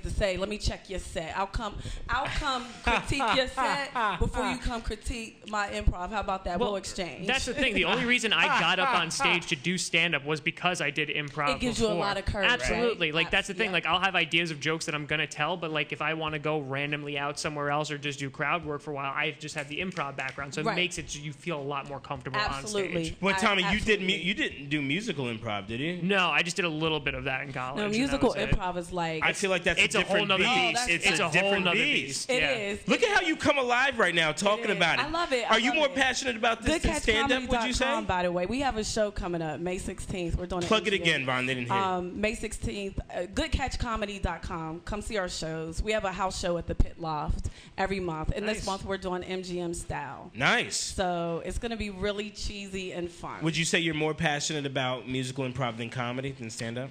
Speaker 9: to say. Let me check your set. I'll come. I'll come critique your set before you come critique complete my improv. How about that? We'll,
Speaker 3: Well,
Speaker 9: exchange.
Speaker 3: That's the thing. The only reason I got up on stage to do stand up was because I did improv.
Speaker 9: It gives you a
Speaker 3: before.
Speaker 9: lot of courage, right?
Speaker 3: Absolutely. Like that's the thing.
Speaker 9: Yeah.
Speaker 3: Like I'll have ideas of jokes that I'm gonna tell, but like if I want to go randomly out somewhere else or just do crowd work for a while, I just have the improv background, so it
Speaker 9: Right.
Speaker 3: makes it you feel a lot more comfortable on
Speaker 9: absolutely.
Speaker 3: stage.
Speaker 1: Well,
Speaker 9: I-
Speaker 1: Tommy, you did mu-
Speaker 9: absolutely.
Speaker 1: you didn't do musical improv, did you?
Speaker 3: No, I just did a little bit of that in college.
Speaker 9: No,
Speaker 3: and that
Speaker 9: musical
Speaker 3: was it.
Speaker 9: improv is like
Speaker 1: I feel like that's
Speaker 3: It's
Speaker 1: a
Speaker 3: a whole
Speaker 1: different
Speaker 3: nother
Speaker 1: beast.
Speaker 9: Oh, that's
Speaker 1: it's,
Speaker 9: different.
Speaker 1: a,
Speaker 3: It's a whole
Speaker 1: different
Speaker 3: nother
Speaker 1: beast.
Speaker 3: beast.
Speaker 9: It
Speaker 3: yeah.
Speaker 9: is.
Speaker 1: Look at how you come alive right now talking
Speaker 9: is.
Speaker 1: about it.
Speaker 9: I love it. I
Speaker 1: Are you
Speaker 9: love
Speaker 1: more
Speaker 9: it.
Speaker 1: passionate about this than stand up, would you say?
Speaker 9: GoodCatComedy.com, By the way, we have a show coming up May 16th. We're doing
Speaker 1: Plug it
Speaker 9: NGO.
Speaker 1: again, Von. They didn't hear you.
Speaker 9: Um, May 16th, uh, goodcatchcomedy.com. Come see our shows. We have a house show at the Pit Loft every month, and
Speaker 1: Nice.
Speaker 9: this month we're doing MGM style.
Speaker 1: Nice.
Speaker 9: So it's going to be really cheesy and fun.
Speaker 1: Would you say you're more passionate about musical improv than comedy than stand up?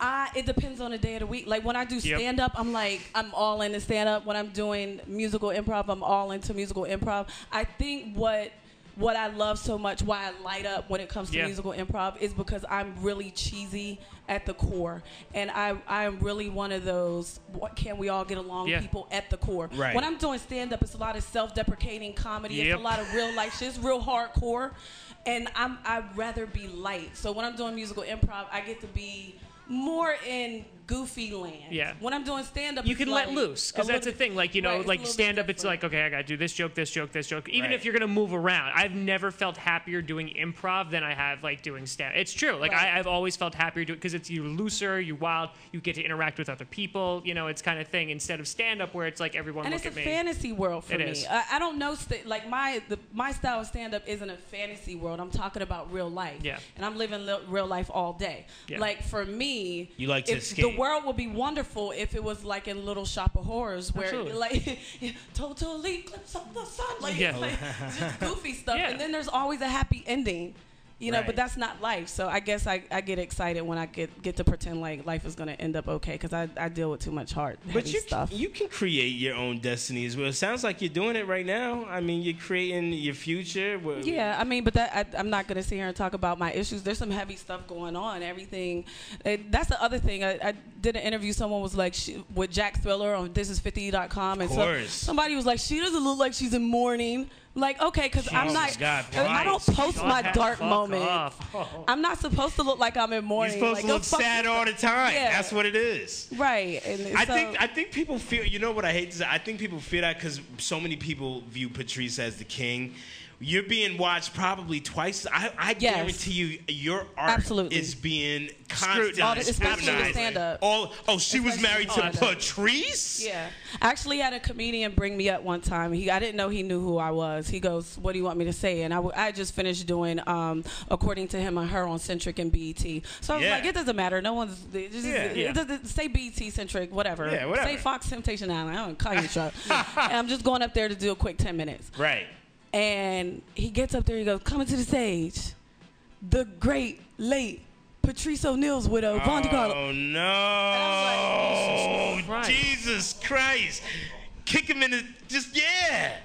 Speaker 9: I, it depends on the day of the week. Like when I do
Speaker 3: Yep.
Speaker 9: stand up, I'm like I'm all into stand up. When I'm doing musical improv, I'm all into musical improv. I think what what I love so much, why I light up when it comes to
Speaker 3: Yeah.
Speaker 9: musical improv, is because I'm really cheesy at the core, and I I am really one of those what can we all get along
Speaker 3: Yeah.
Speaker 9: people at the core.
Speaker 1: Right.
Speaker 9: When I'm doing stand up, it's a lot of self deprecating comedy.
Speaker 3: Yep.
Speaker 9: It's a lot of real life shit. It's real hardcore, and I'm I'd rather be light. So when I'm doing musical improv, I get to be more in goofy land.
Speaker 3: Yeah.
Speaker 9: When I'm doing stand up,
Speaker 3: you can let loose because that's the thing like you know like stand up it's like okay i gotta do this joke this joke this joke even
Speaker 1: Right.
Speaker 3: if you're gonna move around i've never felt happier doing improv than i have like doing stand it's true like
Speaker 9: Right.
Speaker 3: I, i've always felt happier doing because it's you're looser you're wild you get to interact with other people you know it's kind of thing instead of stand up where it's like everyone
Speaker 9: and
Speaker 3: look
Speaker 9: it's a
Speaker 3: at me
Speaker 9: fantasy world for
Speaker 3: It
Speaker 9: me.
Speaker 3: is.
Speaker 9: I, I don't know, st- like my the, my style of stand up isn't a fantasy world. I'm talking about real life,
Speaker 3: Yeah.
Speaker 9: And I'm living li- real life all day.
Speaker 3: Yeah.
Speaker 9: Like for me,
Speaker 1: You like to
Speaker 9: if-
Speaker 1: escape.
Speaker 9: The world would be wonderful if it was like in Little Shop of Horrors, where
Speaker 3: Absolutely.
Speaker 9: like totally clips of the sun, like,
Speaker 3: Yeah.
Speaker 9: it's like just goofy stuff.
Speaker 3: Yeah.
Speaker 9: And then there's always a happy ending. You know,
Speaker 1: Right.
Speaker 9: but that's not life. So I guess I, I get excited when I get, get to pretend like life is going to end up okay because I, I deal with too much hard,
Speaker 1: But
Speaker 9: heavy
Speaker 1: you
Speaker 9: stuff.
Speaker 1: you can create your own destiny as well. It sounds like you're doing it right now. I mean, you're creating your future. Wh-
Speaker 9: Yeah, I mean, but that I, I'm not gonna sit here and talk about my issues. There's some heavy stuff going on. Everything. It, that's the other thing. I, I did an interview. Someone was like she, with Jack Thriller on ThisIs50.com, and so-
Speaker 1: course.
Speaker 9: somebody was like, "She doesn't look like she's in mourning." Like, okay, because I'm
Speaker 1: Jesus
Speaker 9: not.
Speaker 1: God,
Speaker 9: I don't
Speaker 1: Bryce.
Speaker 9: post my
Speaker 3: Fuck
Speaker 9: dark moments.
Speaker 3: off. Oh.
Speaker 9: I'm not supposed to look like I'm in
Speaker 1: You're
Speaker 9: mourning.
Speaker 1: supposed
Speaker 9: Like,
Speaker 1: to
Speaker 9: go
Speaker 1: look
Speaker 9: fuck
Speaker 1: sad all the time.
Speaker 9: Yeah.
Speaker 1: That's what it is.
Speaker 9: yourself. Right. And
Speaker 1: I
Speaker 9: so-
Speaker 1: think I think people feel. You know what I hate to say. I think people feel that because so many people view Patrice as the king. You're being watched probably twice. I, I
Speaker 9: Yes.
Speaker 1: guarantee you, your art
Speaker 9: Absolutely.
Speaker 1: is being
Speaker 9: All the-
Speaker 1: scrutinized.
Speaker 9: especially the
Speaker 1: scrutinized.
Speaker 9: stand-up.
Speaker 1: All oh, she was
Speaker 9: Especially
Speaker 1: married
Speaker 9: the
Speaker 1: to
Speaker 9: stand-up.
Speaker 1: Patrice.
Speaker 9: Yeah. I actually had a comedian bring me up one time. He I didn't know he knew who I was. He goes, "What do you want me to say?" And I, w- I just finished doing um, according to him and her on Centric and BET. So I was
Speaker 1: Yeah.
Speaker 9: like, it doesn't matter. No one's it just,
Speaker 1: Yeah.
Speaker 9: it
Speaker 1: Yeah.
Speaker 9: doesn't- say BET Centric, whatever.
Speaker 1: Yeah, whatever.
Speaker 9: Say Fox Temptation Island. I don't call you Trump. and I'm just going up there to do a quick 10 minutes.
Speaker 1: Right.
Speaker 9: And he gets up there, he goes, Coming to the stage, the great, late Patrice O'Neill's widow, Von DiCarlo.
Speaker 1: Oh no!
Speaker 3: Jesus Christ.
Speaker 1: Jesus Christ! Kick him in the just yeah.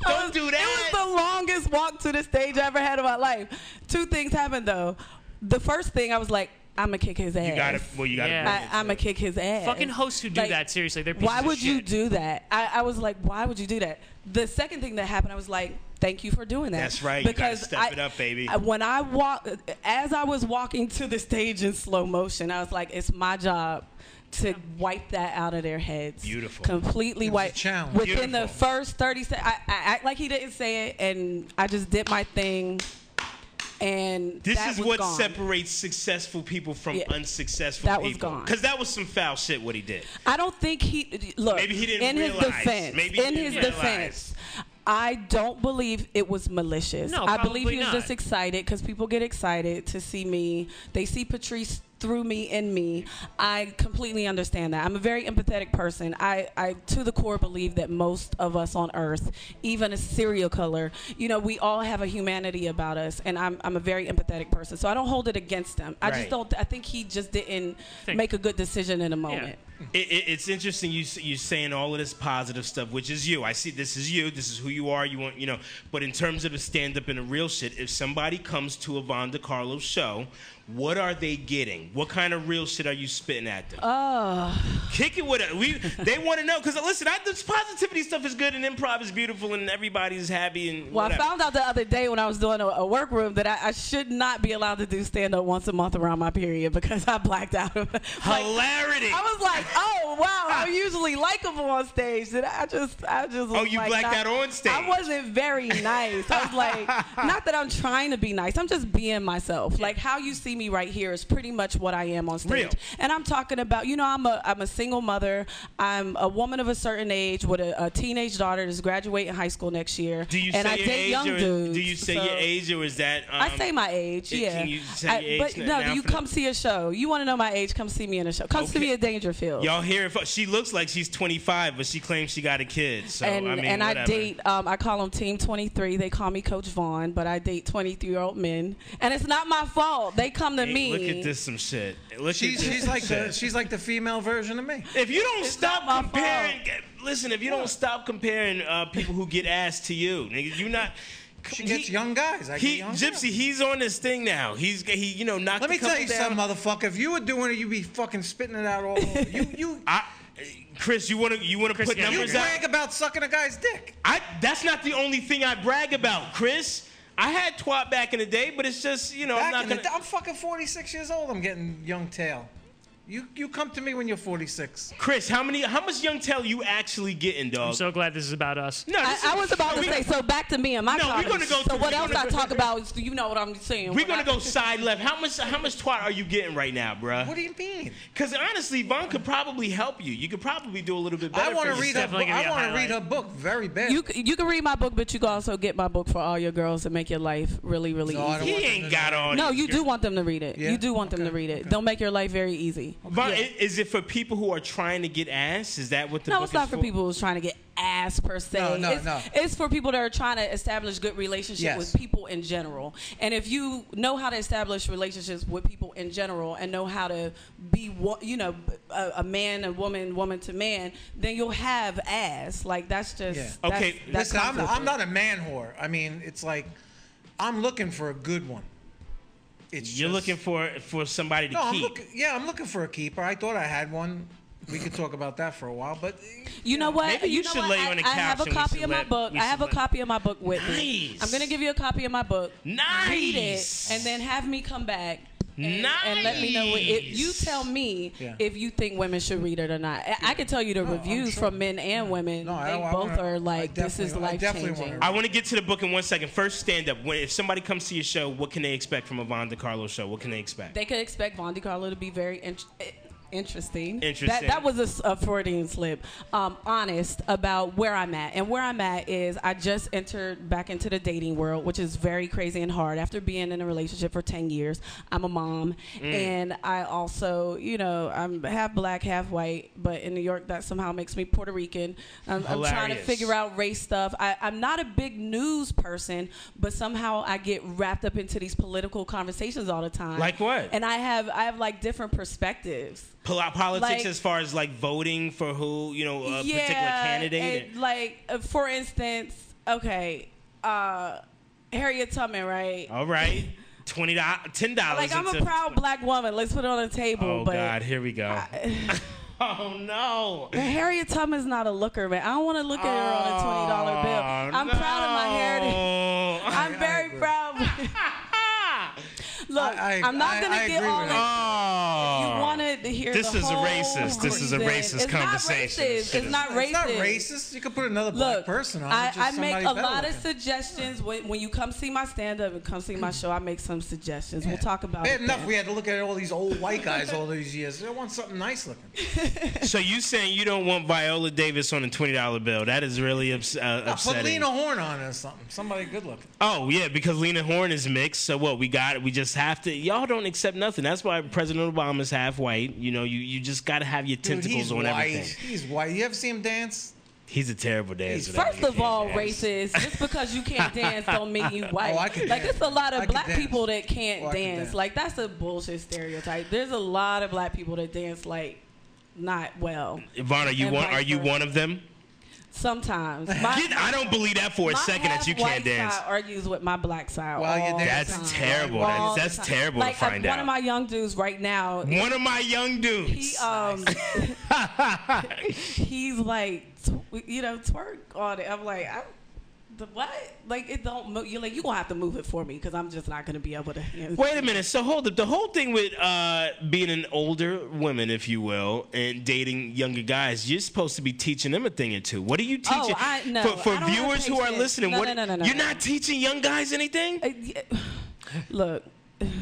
Speaker 9: Oh, It
Speaker 1: Don't
Speaker 9: was-
Speaker 1: do that.
Speaker 9: It was the longest walk to the stage I ever had in my life. Two things happened though. The first thing I was like, I'm gonna kick his ass.
Speaker 1: you gotta well, you gotta.
Speaker 3: Yeah.
Speaker 1: bring it
Speaker 9: I, I'm gonna kick his ass.
Speaker 3: Fucking hosts who do that, seriously, they're pieces
Speaker 9: why
Speaker 3: of
Speaker 9: would you
Speaker 3: shit.
Speaker 9: do that? I, I was like, why would you do that? The second thing that happened, I was like, thank you for doing that.
Speaker 1: That's right, you gotta step it up, baby.
Speaker 9: I- when I walk, as I was walking to the stage in slow motion, I was like, it's my job to wipe that out of their heads.
Speaker 1: Beautiful.
Speaker 9: Completely
Speaker 2: It was a
Speaker 9: wipe.
Speaker 2: challenge.
Speaker 9: Within the
Speaker 1: Beautiful.
Speaker 9: first 30 seconds, I, I act like he didn't say it, and I just did my thing. And
Speaker 1: This
Speaker 9: that
Speaker 1: is
Speaker 9: was
Speaker 1: what
Speaker 9: gone.
Speaker 1: separates successful people from
Speaker 9: Yeah.
Speaker 1: unsuccessful
Speaker 9: That was
Speaker 1: people.
Speaker 9: gone.
Speaker 1: Because that was some foul shit what he did.
Speaker 9: I don't think he look.
Speaker 1: Maybe he didn't
Speaker 9: in
Speaker 1: realize.
Speaker 9: his defense.
Speaker 1: Maybe he
Speaker 9: in
Speaker 1: didn't
Speaker 9: his
Speaker 1: realize.
Speaker 9: defense. I don't believe it was malicious.
Speaker 3: No,
Speaker 9: I believe
Speaker 3: probably
Speaker 9: he was
Speaker 3: not.
Speaker 9: just excited because people get excited to see me. They see Patrice through me in me. I completely understand that. I'm a very empathetic person. I, I to the core believe that most of us on earth, even a serial killer, you know, we all have a humanity about us and I'm I'm a very empathetic person. So I don't hold it against him. I
Speaker 1: Right.
Speaker 9: just don't I think he just didn't
Speaker 3: Think.
Speaker 9: make a good decision in a moment.
Speaker 3: Yeah.
Speaker 1: It, it, it's interesting you s- you saying all of this positive stuff, which is you. I see this is you. This is who you are. You want you know. But in terms of the stand up and the real shit, if somebody comes to a Von DiCarlo's show, what are they getting? What kind of real shit are you spitting at them? Kick it with it. We they want to know because listen, I, this positivity stuff is good and improv is beautiful and everybody's happy and
Speaker 9: Well,
Speaker 1: whatever.
Speaker 9: I found out the other day when I was doing a, a workroom that I, I should not be allowed to do stand up once a month around my period because I blacked out. Like,
Speaker 1: hilarity.
Speaker 9: I was like, oh wow, I'm usually likable on stage. That I just, I just. was
Speaker 1: Oh, you
Speaker 9: like,
Speaker 1: blacked out
Speaker 9: not-
Speaker 1: on stage.
Speaker 9: I wasn't very nice. I was like, not that I'm trying to be nice. I'm just being myself. Like how you see me right here is pretty much what I am on stage.
Speaker 1: Real.
Speaker 9: And I'm talking about, you know, I'm a, I'm a single mother. I'm a woman of a certain age with a, a teenage daughter that's graduating high school next year.
Speaker 1: do you
Speaker 9: and
Speaker 1: say
Speaker 9: I
Speaker 1: your
Speaker 9: date
Speaker 1: age
Speaker 9: young
Speaker 1: or
Speaker 9: dudes.
Speaker 1: do you say
Speaker 9: so-
Speaker 1: your age or is that um,
Speaker 9: I say my age,
Speaker 1: can
Speaker 9: yeah.
Speaker 1: you say
Speaker 9: I-
Speaker 1: your age
Speaker 9: but
Speaker 1: n-
Speaker 9: no,
Speaker 1: now
Speaker 9: you
Speaker 1: for the-
Speaker 9: come see a show. You want to know my age? Come see me in a show. Come see
Speaker 1: Okay.
Speaker 9: me at Dangerfield.
Speaker 1: Y'all hear it? fo- She looks like she's 25, but she claims she got a kid. So
Speaker 9: and
Speaker 1: I mean,
Speaker 9: and I
Speaker 1: whatever.
Speaker 9: date. Um, I call them Team 23. They call me Coach Vaughn, but I date 23 year old men, and it's not my fault. They come to
Speaker 1: Hey,
Speaker 9: me.
Speaker 1: Look at this, some shit. Look
Speaker 2: She's
Speaker 1: at this
Speaker 2: she's like
Speaker 1: some
Speaker 2: the
Speaker 1: shit.
Speaker 2: she's like the female version of me.
Speaker 1: If you don't stop
Speaker 9: not my
Speaker 1: comparing, listen. If you don't stop comparing uh, people who get ass to you, nigga, you not.
Speaker 2: She gets young guys. I get
Speaker 1: He,
Speaker 2: young
Speaker 1: Gypsy,
Speaker 2: girls.
Speaker 1: he's on this thing now. He's he, you know, knocked.
Speaker 2: Let
Speaker 1: a
Speaker 2: me tell
Speaker 1: couple
Speaker 2: you
Speaker 1: down.
Speaker 2: something, motherfucker. If you were doing it, you'd be fucking spitting it out all over. You you
Speaker 1: I, Chris, you want to you want to put
Speaker 3: yeah,
Speaker 2: you
Speaker 1: numbers
Speaker 9: uh,
Speaker 1: out?
Speaker 2: brag about sucking a guy's dick.
Speaker 1: I that's not the only thing I brag about, Chris. I had twat back in the day, but it's just you know I'm
Speaker 2: Back
Speaker 1: not
Speaker 2: in the
Speaker 1: gonna.
Speaker 2: day- I'm fucking 46 years old. I'm getting young tail. You you come to me when you're 46.
Speaker 1: Chris, how many how much young tail you actually getting, dog?
Speaker 3: I'm so glad this is about us.
Speaker 1: no,
Speaker 9: I,
Speaker 1: this
Speaker 9: I
Speaker 1: is-
Speaker 9: was about to
Speaker 1: we-
Speaker 9: say. So back to me and my
Speaker 1: No, we're
Speaker 9: college.
Speaker 1: gonna go
Speaker 9: So
Speaker 1: through-
Speaker 9: what
Speaker 1: we're
Speaker 9: else
Speaker 1: gonna
Speaker 9: I
Speaker 1: go-
Speaker 9: talk about? Is, you know what I'm saying.
Speaker 1: We're
Speaker 9: When
Speaker 1: gonna
Speaker 9: I-
Speaker 1: go side left. How much? How much twat are you getting right now,
Speaker 2: What
Speaker 1: bruh?
Speaker 2: do you mean?
Speaker 1: Because honestly, Vaughn could probably help you. You could probably do a little bit better.
Speaker 2: I want
Speaker 1: for
Speaker 2: to read her.
Speaker 1: yourself.
Speaker 3: definitely
Speaker 2: Book.
Speaker 3: gonna be
Speaker 2: I
Speaker 3: a
Speaker 2: want to read
Speaker 3: highlight.
Speaker 2: her book very bad.
Speaker 9: You c- you can read my book, but you can also get my book for all your girls and make your life really really
Speaker 2: No,
Speaker 9: easy.
Speaker 2: I don't
Speaker 1: He
Speaker 2: want them
Speaker 1: ain't
Speaker 2: to
Speaker 1: got
Speaker 2: know.
Speaker 1: all.
Speaker 9: No,
Speaker 1: these
Speaker 9: you do
Speaker 1: girls.
Speaker 9: want them to read it.
Speaker 2: Oh, Yeah?
Speaker 9: You do want them
Speaker 2: Okay,
Speaker 9: to read it.
Speaker 2: okay.
Speaker 9: Don't make your life very easy.
Speaker 1: Vaughn,
Speaker 9: Yeah.
Speaker 1: i- is it for people who are trying to get ass? Is that what the
Speaker 9: No,
Speaker 1: book
Speaker 9: it's not
Speaker 1: is
Speaker 9: for people who's trying to get ass per se.
Speaker 2: No, no,
Speaker 9: it's,
Speaker 2: no.
Speaker 9: it's for people that are trying to establish good relationships
Speaker 2: Yes.
Speaker 9: with people in general. And if you know how to establish relationships with people in general and know how to be, wo- you know, a, a man, a woman, woman to man, then you'll have ass. Like that's just
Speaker 2: Yeah.
Speaker 9: that's-
Speaker 1: Okay,
Speaker 9: that
Speaker 2: Listen,
Speaker 9: comes
Speaker 2: I'm,
Speaker 9: with
Speaker 2: I'm
Speaker 9: it.
Speaker 2: not a man whore. I mean, it's like I'm looking for a good one. It's
Speaker 1: You're
Speaker 2: just-
Speaker 1: looking for for somebody to
Speaker 2: No, I'm
Speaker 1: keep.
Speaker 2: looking. Yeah, I'm looking for a keeper. I thought I had one. We could talk about that for a while, but
Speaker 9: You know what?
Speaker 1: Maybe you
Speaker 9: know
Speaker 1: should
Speaker 9: what?
Speaker 1: lay
Speaker 9: I,
Speaker 1: on the
Speaker 9: I have a
Speaker 1: couch and we
Speaker 9: copy
Speaker 1: should
Speaker 9: of my
Speaker 1: let-
Speaker 9: book.
Speaker 1: we
Speaker 9: I
Speaker 1: should
Speaker 9: have a
Speaker 1: let-
Speaker 9: copy of my book with me.
Speaker 1: Nice.
Speaker 9: I'm gonna give you a copy of my book. Read it
Speaker 1: Nice.
Speaker 9: and then have me come back. And, and let me know what, if you
Speaker 1: Nice.
Speaker 9: tell me
Speaker 2: Yeah.
Speaker 9: if you think women should read it or not. I, I can tell you the reviews
Speaker 2: sure.
Speaker 9: from men and women.
Speaker 2: No, I-
Speaker 9: they
Speaker 2: I
Speaker 9: both
Speaker 2: wanna- I
Speaker 9: are like this is
Speaker 2: definitely- I
Speaker 9: life
Speaker 2: definitely
Speaker 9: changing.
Speaker 2: wanna
Speaker 1: I want to get to the book in one second. First, stand up. When if somebody comes to your show, what can they expect from a Von DiCarlo show? What can they expect?
Speaker 9: They could expect Von DiCarlo to be very in- interesting.
Speaker 1: Interesting.
Speaker 9: That, that was a s- a, Freudian slip. Um, honest about where I'm at. And where I'm at is I just entered back into the dating world, which is very crazy and hard. After being in a relationship for 10 years, I'm a mom.
Speaker 1: Mm.
Speaker 9: And I also, you know, I'm half black, half white. But in New York, that somehow makes me Puerto Rican. I'm, I'm trying to
Speaker 1: Hilarious.
Speaker 9: figure out about race stuff. I, I'm not a big news person, but somehow I get wrapped up into these political conversations all the time.
Speaker 1: Like what?
Speaker 9: And I have I have like different perspectives.
Speaker 1: Pol- politics
Speaker 9: Like-
Speaker 1: as far as like voting for who you know a
Speaker 9: yeah,
Speaker 1: particular candidate.
Speaker 9: and, like uh, for instance, okay, uh, Harriet Tubman, right?
Speaker 1: All right, twenty dollars, ten dollars.
Speaker 9: like I'm a proud black woman. Let's put it on the table.
Speaker 1: Oh
Speaker 9: but
Speaker 1: God, here we go. oh no.
Speaker 9: But Harriet Tubman's not a looker, man. I don't want to look at her on a twenty dollar bill.
Speaker 1: Oh,
Speaker 9: I'm proud of my heritage.
Speaker 1: heritage.
Speaker 9: I'm very
Speaker 2: agree.
Speaker 9: proud. Look,
Speaker 2: I-
Speaker 9: I,
Speaker 2: I-
Speaker 9: am not
Speaker 2: I-
Speaker 9: gonna
Speaker 2: I
Speaker 9: get
Speaker 2: agree
Speaker 9: all
Speaker 2: with
Speaker 9: that.
Speaker 1: Oh.
Speaker 2: that.
Speaker 9: You wanted to hear
Speaker 1: This
Speaker 9: the
Speaker 1: is a
Speaker 9: whole
Speaker 1: racist. This is a
Speaker 9: reason.
Speaker 1: racist
Speaker 9: it's
Speaker 1: conversation.
Speaker 9: Not racist. It's not racist.
Speaker 2: it's not racist. You could put another black
Speaker 9: Look,
Speaker 2: person on. it,
Speaker 9: I,
Speaker 2: just
Speaker 9: I make
Speaker 2: somebody
Speaker 9: a
Speaker 2: better
Speaker 9: lot of
Speaker 2: looking.
Speaker 9: suggestions when, when you come see my stand up and come see my show. I make some suggestions. We'll talk about
Speaker 2: Bad
Speaker 9: it.
Speaker 2: enough,
Speaker 9: then.
Speaker 2: we had to look at all these old white guys all these years. I want something nice looking.
Speaker 1: So you saying you don't want Viola Davis on a twenty dollar bill? That is really ups- uh,
Speaker 2: Put
Speaker 1: upsetting.
Speaker 2: Lena Horne on it or something. Somebody good looking.
Speaker 1: Oh yeah, because Lena Horne is mixed. So what? We got it. We just have to. Y'all don't accept nothing. That's why President Obama's half white. You know, you you just got to have your
Speaker 2: Dude,
Speaker 1: tentacles
Speaker 2: he's
Speaker 1: on
Speaker 2: white.
Speaker 1: everything.
Speaker 2: He's white. You ever see him dance?
Speaker 1: He's a terrible dancer. that
Speaker 9: First
Speaker 1: nigga
Speaker 9: of
Speaker 1: can't
Speaker 9: all,
Speaker 1: dance.
Speaker 9: racist. Just because you can't dance don't mean you white.
Speaker 2: Oh, I can
Speaker 9: like
Speaker 2: dance.
Speaker 9: it's a lot
Speaker 2: I
Speaker 9: of
Speaker 2: can
Speaker 9: black
Speaker 2: dance.
Speaker 9: people that can't
Speaker 2: Oh, I can
Speaker 9: dance.
Speaker 2: dance.
Speaker 9: Like that's a bullshit stereotype. There's a lot of black people that dance like not well.
Speaker 1: Ivana, you
Speaker 9: And
Speaker 1: want? Are
Speaker 9: vice
Speaker 1: you
Speaker 9: versa.
Speaker 1: one of them?
Speaker 9: Sometimes.
Speaker 1: Get- I don't believe that for a
Speaker 9: my
Speaker 1: second that you
Speaker 9: half-white
Speaker 1: can't dance.
Speaker 9: Side argues with my black side.
Speaker 2: While you're
Speaker 9: all
Speaker 2: dancing.
Speaker 9: the
Speaker 1: That's
Speaker 9: time.
Speaker 1: terrible.
Speaker 9: Like,
Speaker 1: That's-
Speaker 9: all the
Speaker 1: that's
Speaker 9: time.
Speaker 1: terrible to
Speaker 9: Like, I-
Speaker 1: find
Speaker 9: One
Speaker 1: out.
Speaker 9: of my young dudes right now,
Speaker 1: One of my young dudes.
Speaker 9: he um, he's like, tw- you know, twerk on it. I'm like, I, the what? Like it don't. Mo- you're like, you gonna have to move it for me because I'm just not gonna be able to.
Speaker 1: Wait a minute. So hold up. The whole thing with uh, being an older woman, if you will, and dating younger guys, you're supposed to be teaching them a thing or two. What are you
Speaker 9: Oh,
Speaker 1: teaching
Speaker 9: I- no,
Speaker 1: for, for
Speaker 9: I don't have
Speaker 1: viewers who are
Speaker 9: patience.
Speaker 1: listening?
Speaker 9: No,
Speaker 1: what,
Speaker 9: no, no, no, no,
Speaker 1: you're
Speaker 9: no.
Speaker 1: not teaching young guys anything.
Speaker 9: Uh, yeah. Look,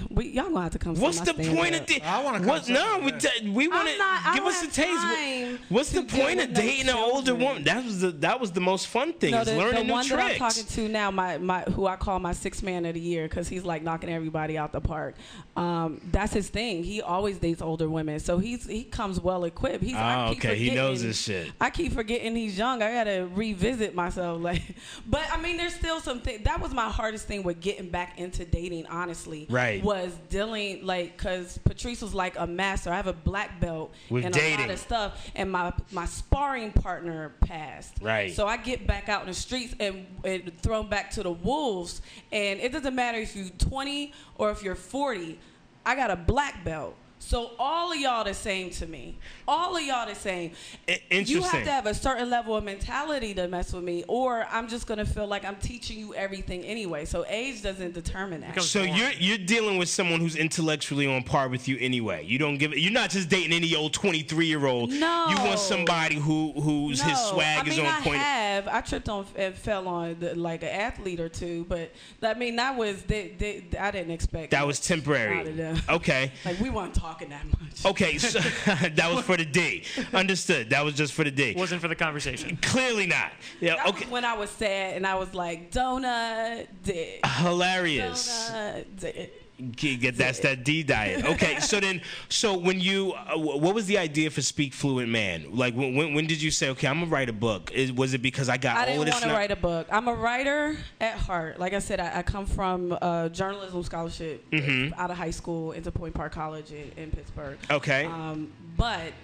Speaker 9: we, y'all gonna have to come. see
Speaker 1: What's
Speaker 9: my
Speaker 1: the
Speaker 9: stand
Speaker 1: point
Speaker 9: up.
Speaker 1: of this?
Speaker 2: I wanna come
Speaker 1: what,
Speaker 2: to
Speaker 1: No,
Speaker 2: it,
Speaker 1: we,
Speaker 2: yeah.
Speaker 1: t- we want
Speaker 9: I'm not-
Speaker 1: to
Speaker 9: I
Speaker 1: give
Speaker 9: don't
Speaker 1: us the
Speaker 9: have
Speaker 1: taste.
Speaker 9: time
Speaker 1: What's the
Speaker 9: to deal
Speaker 1: point
Speaker 9: with
Speaker 1: of
Speaker 9: no
Speaker 1: dating an older
Speaker 9: children.
Speaker 1: woman? That was the that was the most fun thing. is
Speaker 9: the,
Speaker 1: learning
Speaker 9: the
Speaker 1: new
Speaker 9: one
Speaker 1: tricks.
Speaker 9: that I'm talking to now, my, my who I call my sixth man of the year, because he's like knocking everybody out the park. Um, that's his thing. He always dates older women, so he's he comes well equipped. He's I
Speaker 1: Ah,
Speaker 9: keep
Speaker 1: okay. He knows
Speaker 9: forgetting-
Speaker 1: his shit.
Speaker 9: I keep forgetting he's young. I gotta revisit myself. Like, but I mean, there's still some thing. That was my hardest thing with getting back into dating. Honestly,
Speaker 1: Right.
Speaker 9: Was dealing like because Patrice was like a master. I have a black belt
Speaker 1: With
Speaker 9: and a lot
Speaker 1: dating.
Speaker 9: of stuff, and my my sparring partner passed.
Speaker 1: Right.
Speaker 9: So I get back out in the streets and, and thrown back to the wolves. And it doesn't matter if you're 20 or if you're 40. I got a black belt. So all of y'all the same to me. All of y'all the same.
Speaker 1: I-
Speaker 9: You
Speaker 1: interesting.
Speaker 9: have to have a certain level of mentality to mess with me, or I'm just gonna feel like I'm teaching you everything anyway. So age doesn't determine that.
Speaker 3: Becomes-
Speaker 1: So
Speaker 3: Go on.
Speaker 1: you're you're dealing with someone who's intellectually on par with you anyway. You don't give you're not just dating any old 23 year old.
Speaker 9: No.
Speaker 1: You want somebody who who's his swag
Speaker 9: I mean,
Speaker 1: is on
Speaker 9: I
Speaker 1: point.
Speaker 9: have. I tripped on and fell on the, like an athlete or two, but I mean that was that. that- I didn't expect
Speaker 1: that was
Speaker 9: much
Speaker 1: temporary.
Speaker 9: out of them.
Speaker 1: Okay.
Speaker 9: Like we weren't talking that much.
Speaker 1: Okay, so that was for the D. Understood. That was just for the D.
Speaker 3: Wasn't for the conversation.
Speaker 1: Clearly not. Yeah,
Speaker 9: That
Speaker 1: okay.
Speaker 9: was when I was sad and I was like, donut dick,
Speaker 1: Ah, Hilarious.
Speaker 9: donut dick.
Speaker 1: Get- get- That's that D diet. Okay, so then, so when you, uh, wh- what was the idea for Speak Fluent Man? Like, when, when, when did you say, okay, I'm gonna write a book? Is, was it because I got
Speaker 9: I
Speaker 1: all
Speaker 9: didn't
Speaker 1: of this?
Speaker 9: want to
Speaker 1: kno-
Speaker 9: write a book. I'm a writer at heart. Like I said, I, I come from uh, journalism scholarship
Speaker 1: Mm-hmm.
Speaker 9: out of high school into Point Park College in, in Pittsburgh.
Speaker 1: Okay.
Speaker 9: Um, but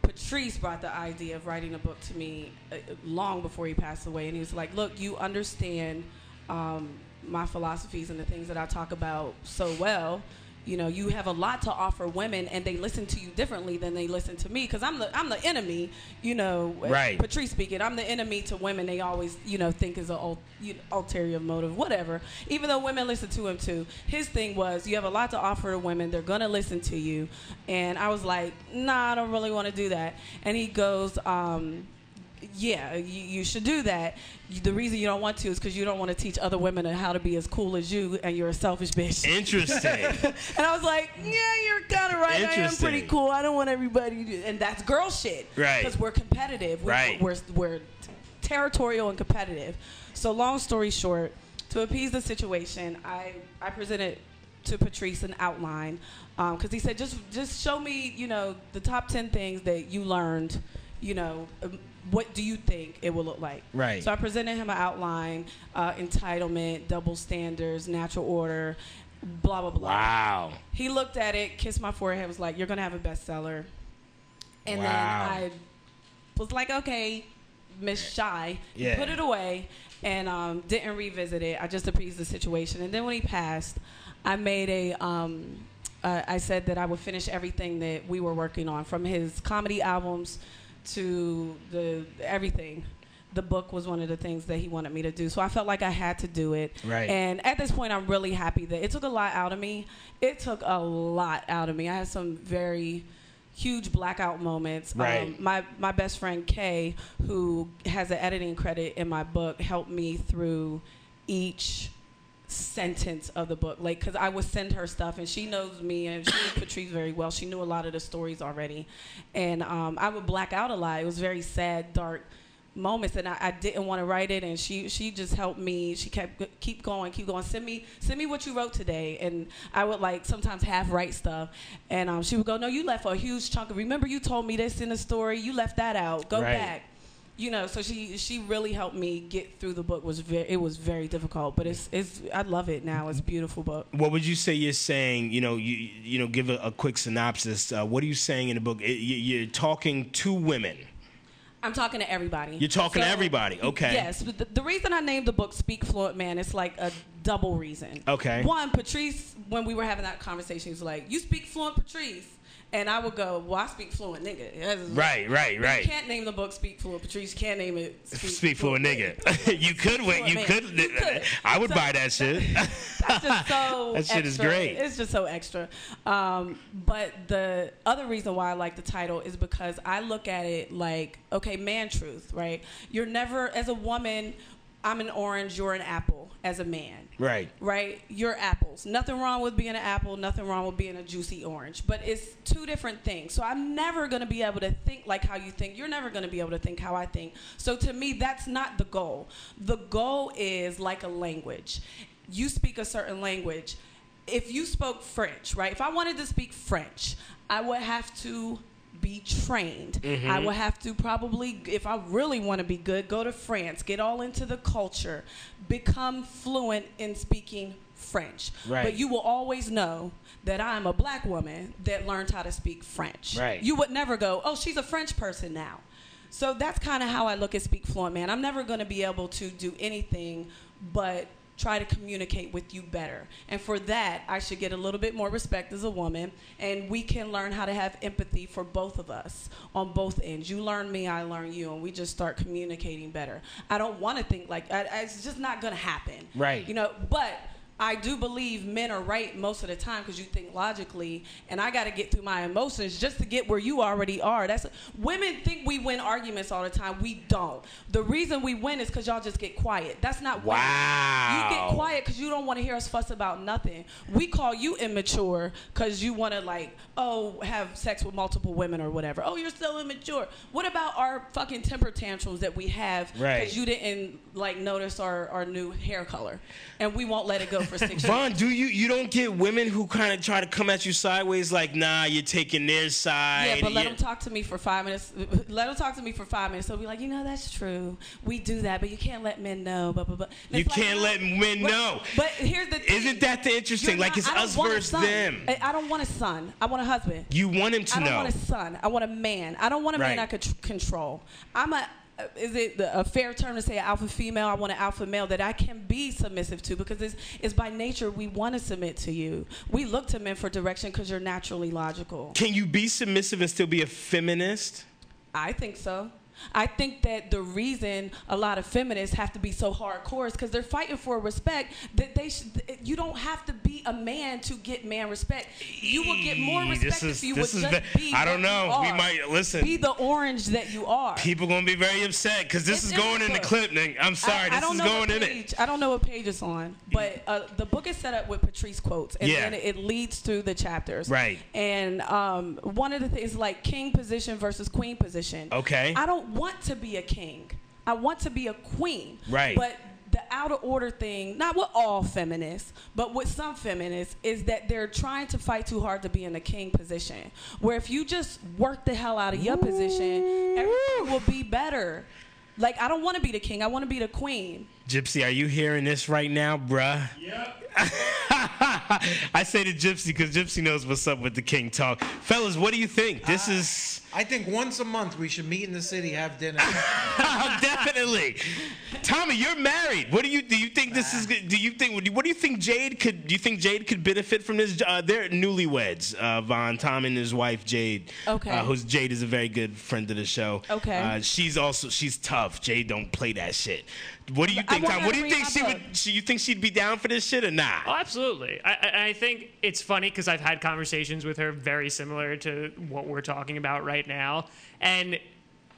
Speaker 9: Patrice brought the idea of writing a book to me uh, long before he passed away, and he was like, "Look, you understand um, my philosophies and the things that I talk about so well. You know, you have a lot to offer women, and they listen to you differently than they listen to me because I'm the I'm the enemy. You know,
Speaker 1: Right.
Speaker 9: Patrice speaking, I'm the enemy to women. They always, you know, think is an ul- you know, ulterior motive, whatever. Even though women listen to him too. His thing was, you have a lot to offer to women. They're gonna listen to you. And I was like, nah, I don't really want to do that. And he goes, um, yeah, you, you should do that. You- The reason you don't want to is because you don't want to teach other women how to be as cool as you, and you're a selfish bitch.
Speaker 1: Interesting.
Speaker 9: And I was like, yeah, you're kind of right. I am
Speaker 1: Interesting.
Speaker 9: pretty cool. I don't want everybody to. And that's girl shit.
Speaker 1: Right.
Speaker 9: Because we're competitive. We're,
Speaker 1: Right.
Speaker 9: We're, we're territorial and competitive. So, long story short, to appease the situation, I, I presented to Patrice an outline because he said, just, just show me, you know, the top 10 things that you learned, you know. um, What do you think it will look like?
Speaker 1: Right.
Speaker 9: So I presented him an outline, uh, entitlement, double standards, natural order, blah blah blah.
Speaker 1: wow.
Speaker 9: He looked at it, kissed my forehead, was like, "You're gonna have a bestseller." And
Speaker 1: Wow.
Speaker 9: then I was like, "Okay, Miss Shy."
Speaker 1: Yeah.
Speaker 9: Put it away and um, didn't revisit it. I just appeased the situation. And then when he passed, I made a. Um, uh, I said that I would finish everything that we were working on, from his comedy albums to the everything. The book was one of the things that he wanted me to do, so I felt like I had to do it.
Speaker 1: Right.
Speaker 9: And and at this point, I'm really happy that it took a lot out of me. It took a lot out of me. I had some very huge blackout moments. Um,
Speaker 1: Right.
Speaker 9: my my best friend Kay, who has an editing credit in my book, helped me through each sentence of the book like because i would send her stuff and she knows me and she knew patrice very well she knew a lot of the stories already and um, i would black out a lot it was very sad dark moments and I, I didn't want to write it and she she just helped me she kept keep going keep going send me send me what you wrote today and i would like sometimes half write stuff and um, she would go no you left a huge chunk of remember you told me this in the story you left that out go
Speaker 1: Right.
Speaker 9: back you know, so she she really helped me get through the book. was very It was very difficult, but it's it's I love it now. It's a beautiful book.
Speaker 1: What would you say you're saying? You know, you you know, give a, a quick synopsis. Uh, what are you saying in the book? It, you, you're talking to women.
Speaker 9: I'm talking to everybody.
Speaker 1: You're talking to everybody, okay.
Speaker 9: Yes, but the, the reason I named the book "Speak Fluent Man" it's like a double reason.
Speaker 1: Okay.
Speaker 9: One, Patrice, when we were having that conversation, he was like, "You speak fluent, Patrice," and I would go, "Well, I speak fluent, nigga." That's-
Speaker 1: Right, right, right.
Speaker 9: You can't name the book "Speak Fluent, Patrice." You can't name it
Speaker 1: Speak for a nigga. you could wait. You
Speaker 9: man.
Speaker 1: could.
Speaker 9: You could.
Speaker 1: I would
Speaker 9: So-
Speaker 1: buy that shit.
Speaker 9: That's just so
Speaker 1: That shit is
Speaker 9: extra.
Speaker 1: great.
Speaker 9: It's just so extra. Um, but the other reason why I like the title is because I look at it like, okay, man truth, right? You're never as a woman, I'm an orange, you're an apple as a man.
Speaker 1: Right.
Speaker 9: Right? You're apples. Nothing wrong with being an apple, nothing wrong with being a juicy orange. But it's two different things. So I'm never gonna be able to think like how you think. You're never gonna be able to think how I think. So to me, that's not the goal. The goal is like a language. You speak a certain language. If you spoke French, right? If I wanted to speak French, I would have to be trained. I would have to probably, if I really want to be good, go to France, get all into the culture, become fluent in speaking French.
Speaker 1: Right.
Speaker 9: But you will always know that I'm a black woman that learned how to speak French.
Speaker 1: Right.
Speaker 9: You would never go, oh, she's a French person now. So that's kind of how I look at Speak Fluent Man. I'm never going to be able to do anything but try to communicate with you better. And for that, I should get a little bit more respect as a woman, and we can learn how to have empathy for both of us on both ends. You learn me, I learn you, and we just start communicating better. I don't want to think like I, I- it's just not going to happen.
Speaker 1: Right.
Speaker 9: You know, know, but I do believe men are right most of the time because you think logically, and I got to get through my emotions just to get where you already are. That's women think we win arguments all the time. We don't. The reason we win is because y'all just get quiet. That's not winning. You
Speaker 1: Wow.
Speaker 9: get quiet because you don't want to hear us fuss about nothing. We call you immature because you want to like oh have sex with multiple women or whatever. Oh, you're so immature. What about our fucking temper tantrums that we have
Speaker 1: Right.
Speaker 9: you didn't like notice our, our new hair color and we won't let it go for six
Speaker 1: Vaughn,
Speaker 9: years.
Speaker 1: do you you don't get women who kind of try to come at you sideways, like, nah, you're taking their side.
Speaker 9: Yeah, but let
Speaker 1: you-
Speaker 9: them talk to me for five minutes. Let them talk to me for five minutes. They'll be like, you know, that's true. We do that, but you can't let men know. But but but
Speaker 1: You can't let men know.
Speaker 9: But here's the thing.
Speaker 1: Isn't that the interesting?
Speaker 9: You're
Speaker 1: Like,
Speaker 9: not-
Speaker 1: it's
Speaker 9: I don't
Speaker 1: us
Speaker 9: want a
Speaker 1: versus
Speaker 9: son.
Speaker 1: them.
Speaker 9: I, I don't want a son. I want a husband.
Speaker 1: You want him to
Speaker 9: I don't
Speaker 1: know.
Speaker 9: want a son. I want a man. I don't want a
Speaker 1: Right.
Speaker 9: man I could tr- control. I'm a. uh, Is it the- a fair term to say alpha female? I want an alpha male that I can be submissive to because it's, it's by nature we want to submit to you. We look to men for direction because you're naturally logical.
Speaker 1: Can you be submissive and still be a feminist?
Speaker 9: I think so. I think that the reason a lot of feminists have to be so hardcore is because they're fighting for respect that they should. You don't have to be a man to get man respect. You will get more
Speaker 1: Eee,
Speaker 9: respect
Speaker 1: this is-
Speaker 9: if you
Speaker 1: this
Speaker 9: would
Speaker 1: is
Speaker 9: just
Speaker 1: ve-
Speaker 9: be.
Speaker 1: I don't
Speaker 9: what you
Speaker 1: know. We
Speaker 9: are.
Speaker 1: might- listen.
Speaker 9: Be the orange that you are.
Speaker 1: People gonna be very upset because this is
Speaker 9: It's in
Speaker 1: going
Speaker 9: the
Speaker 1: in the
Speaker 9: book.
Speaker 1: clip. Nick. I'm sorry,
Speaker 9: I,
Speaker 1: this
Speaker 9: I don't
Speaker 1: is
Speaker 9: know
Speaker 1: going
Speaker 9: what
Speaker 1: in it.
Speaker 9: page, I don't know what page it's on, but uh, the book is set up with Patrice quotes, and
Speaker 1: Yeah.
Speaker 9: then it leads through the chapters.
Speaker 1: Right.
Speaker 9: And um, one of the things like king position versus queen position.
Speaker 1: Okay.
Speaker 9: I don't want to be a king. I want to be a queen.
Speaker 1: Right.
Speaker 9: But the out of order thing, not with all feminists, but with some feminists, is that they're trying to fight too hard to be in a king position. Where if you just work the hell out of your position, everything will be better. Like I don't want to be the king. I want to be the queen.
Speaker 1: Gypsy, are you hearing this right now, bruh? I say to Gypsy because Gypsy knows what's up with the King Talk. Fellas, what do you think? This
Speaker 9: Uh,
Speaker 1: is
Speaker 2: I think once a month we should meet in the city, have dinner.
Speaker 1: definitely. Tommy, you're married. What do you do? You think this is? good? Do you think? What do you think Jade could? Do you think Jade could benefit from this? Uh, they're newlyweds. Uh, Von Tom and his wife Jade.
Speaker 9: Okay.
Speaker 1: Uh, who's Jade is a very good friend of the show.
Speaker 9: Okay.
Speaker 1: Uh, she's also she's tough. Jade don't play that shit. What do you think,
Speaker 9: want
Speaker 1: Tom?
Speaker 9: her
Speaker 1: What do
Speaker 9: to
Speaker 1: you think
Speaker 9: read my
Speaker 1: she
Speaker 9: book.
Speaker 1: would? She, you think she'd be down for this shit or not?
Speaker 3: Oh, absolutely. I- I, I think it's funny because I've had conversations with her very similar to what we're talking about right now, and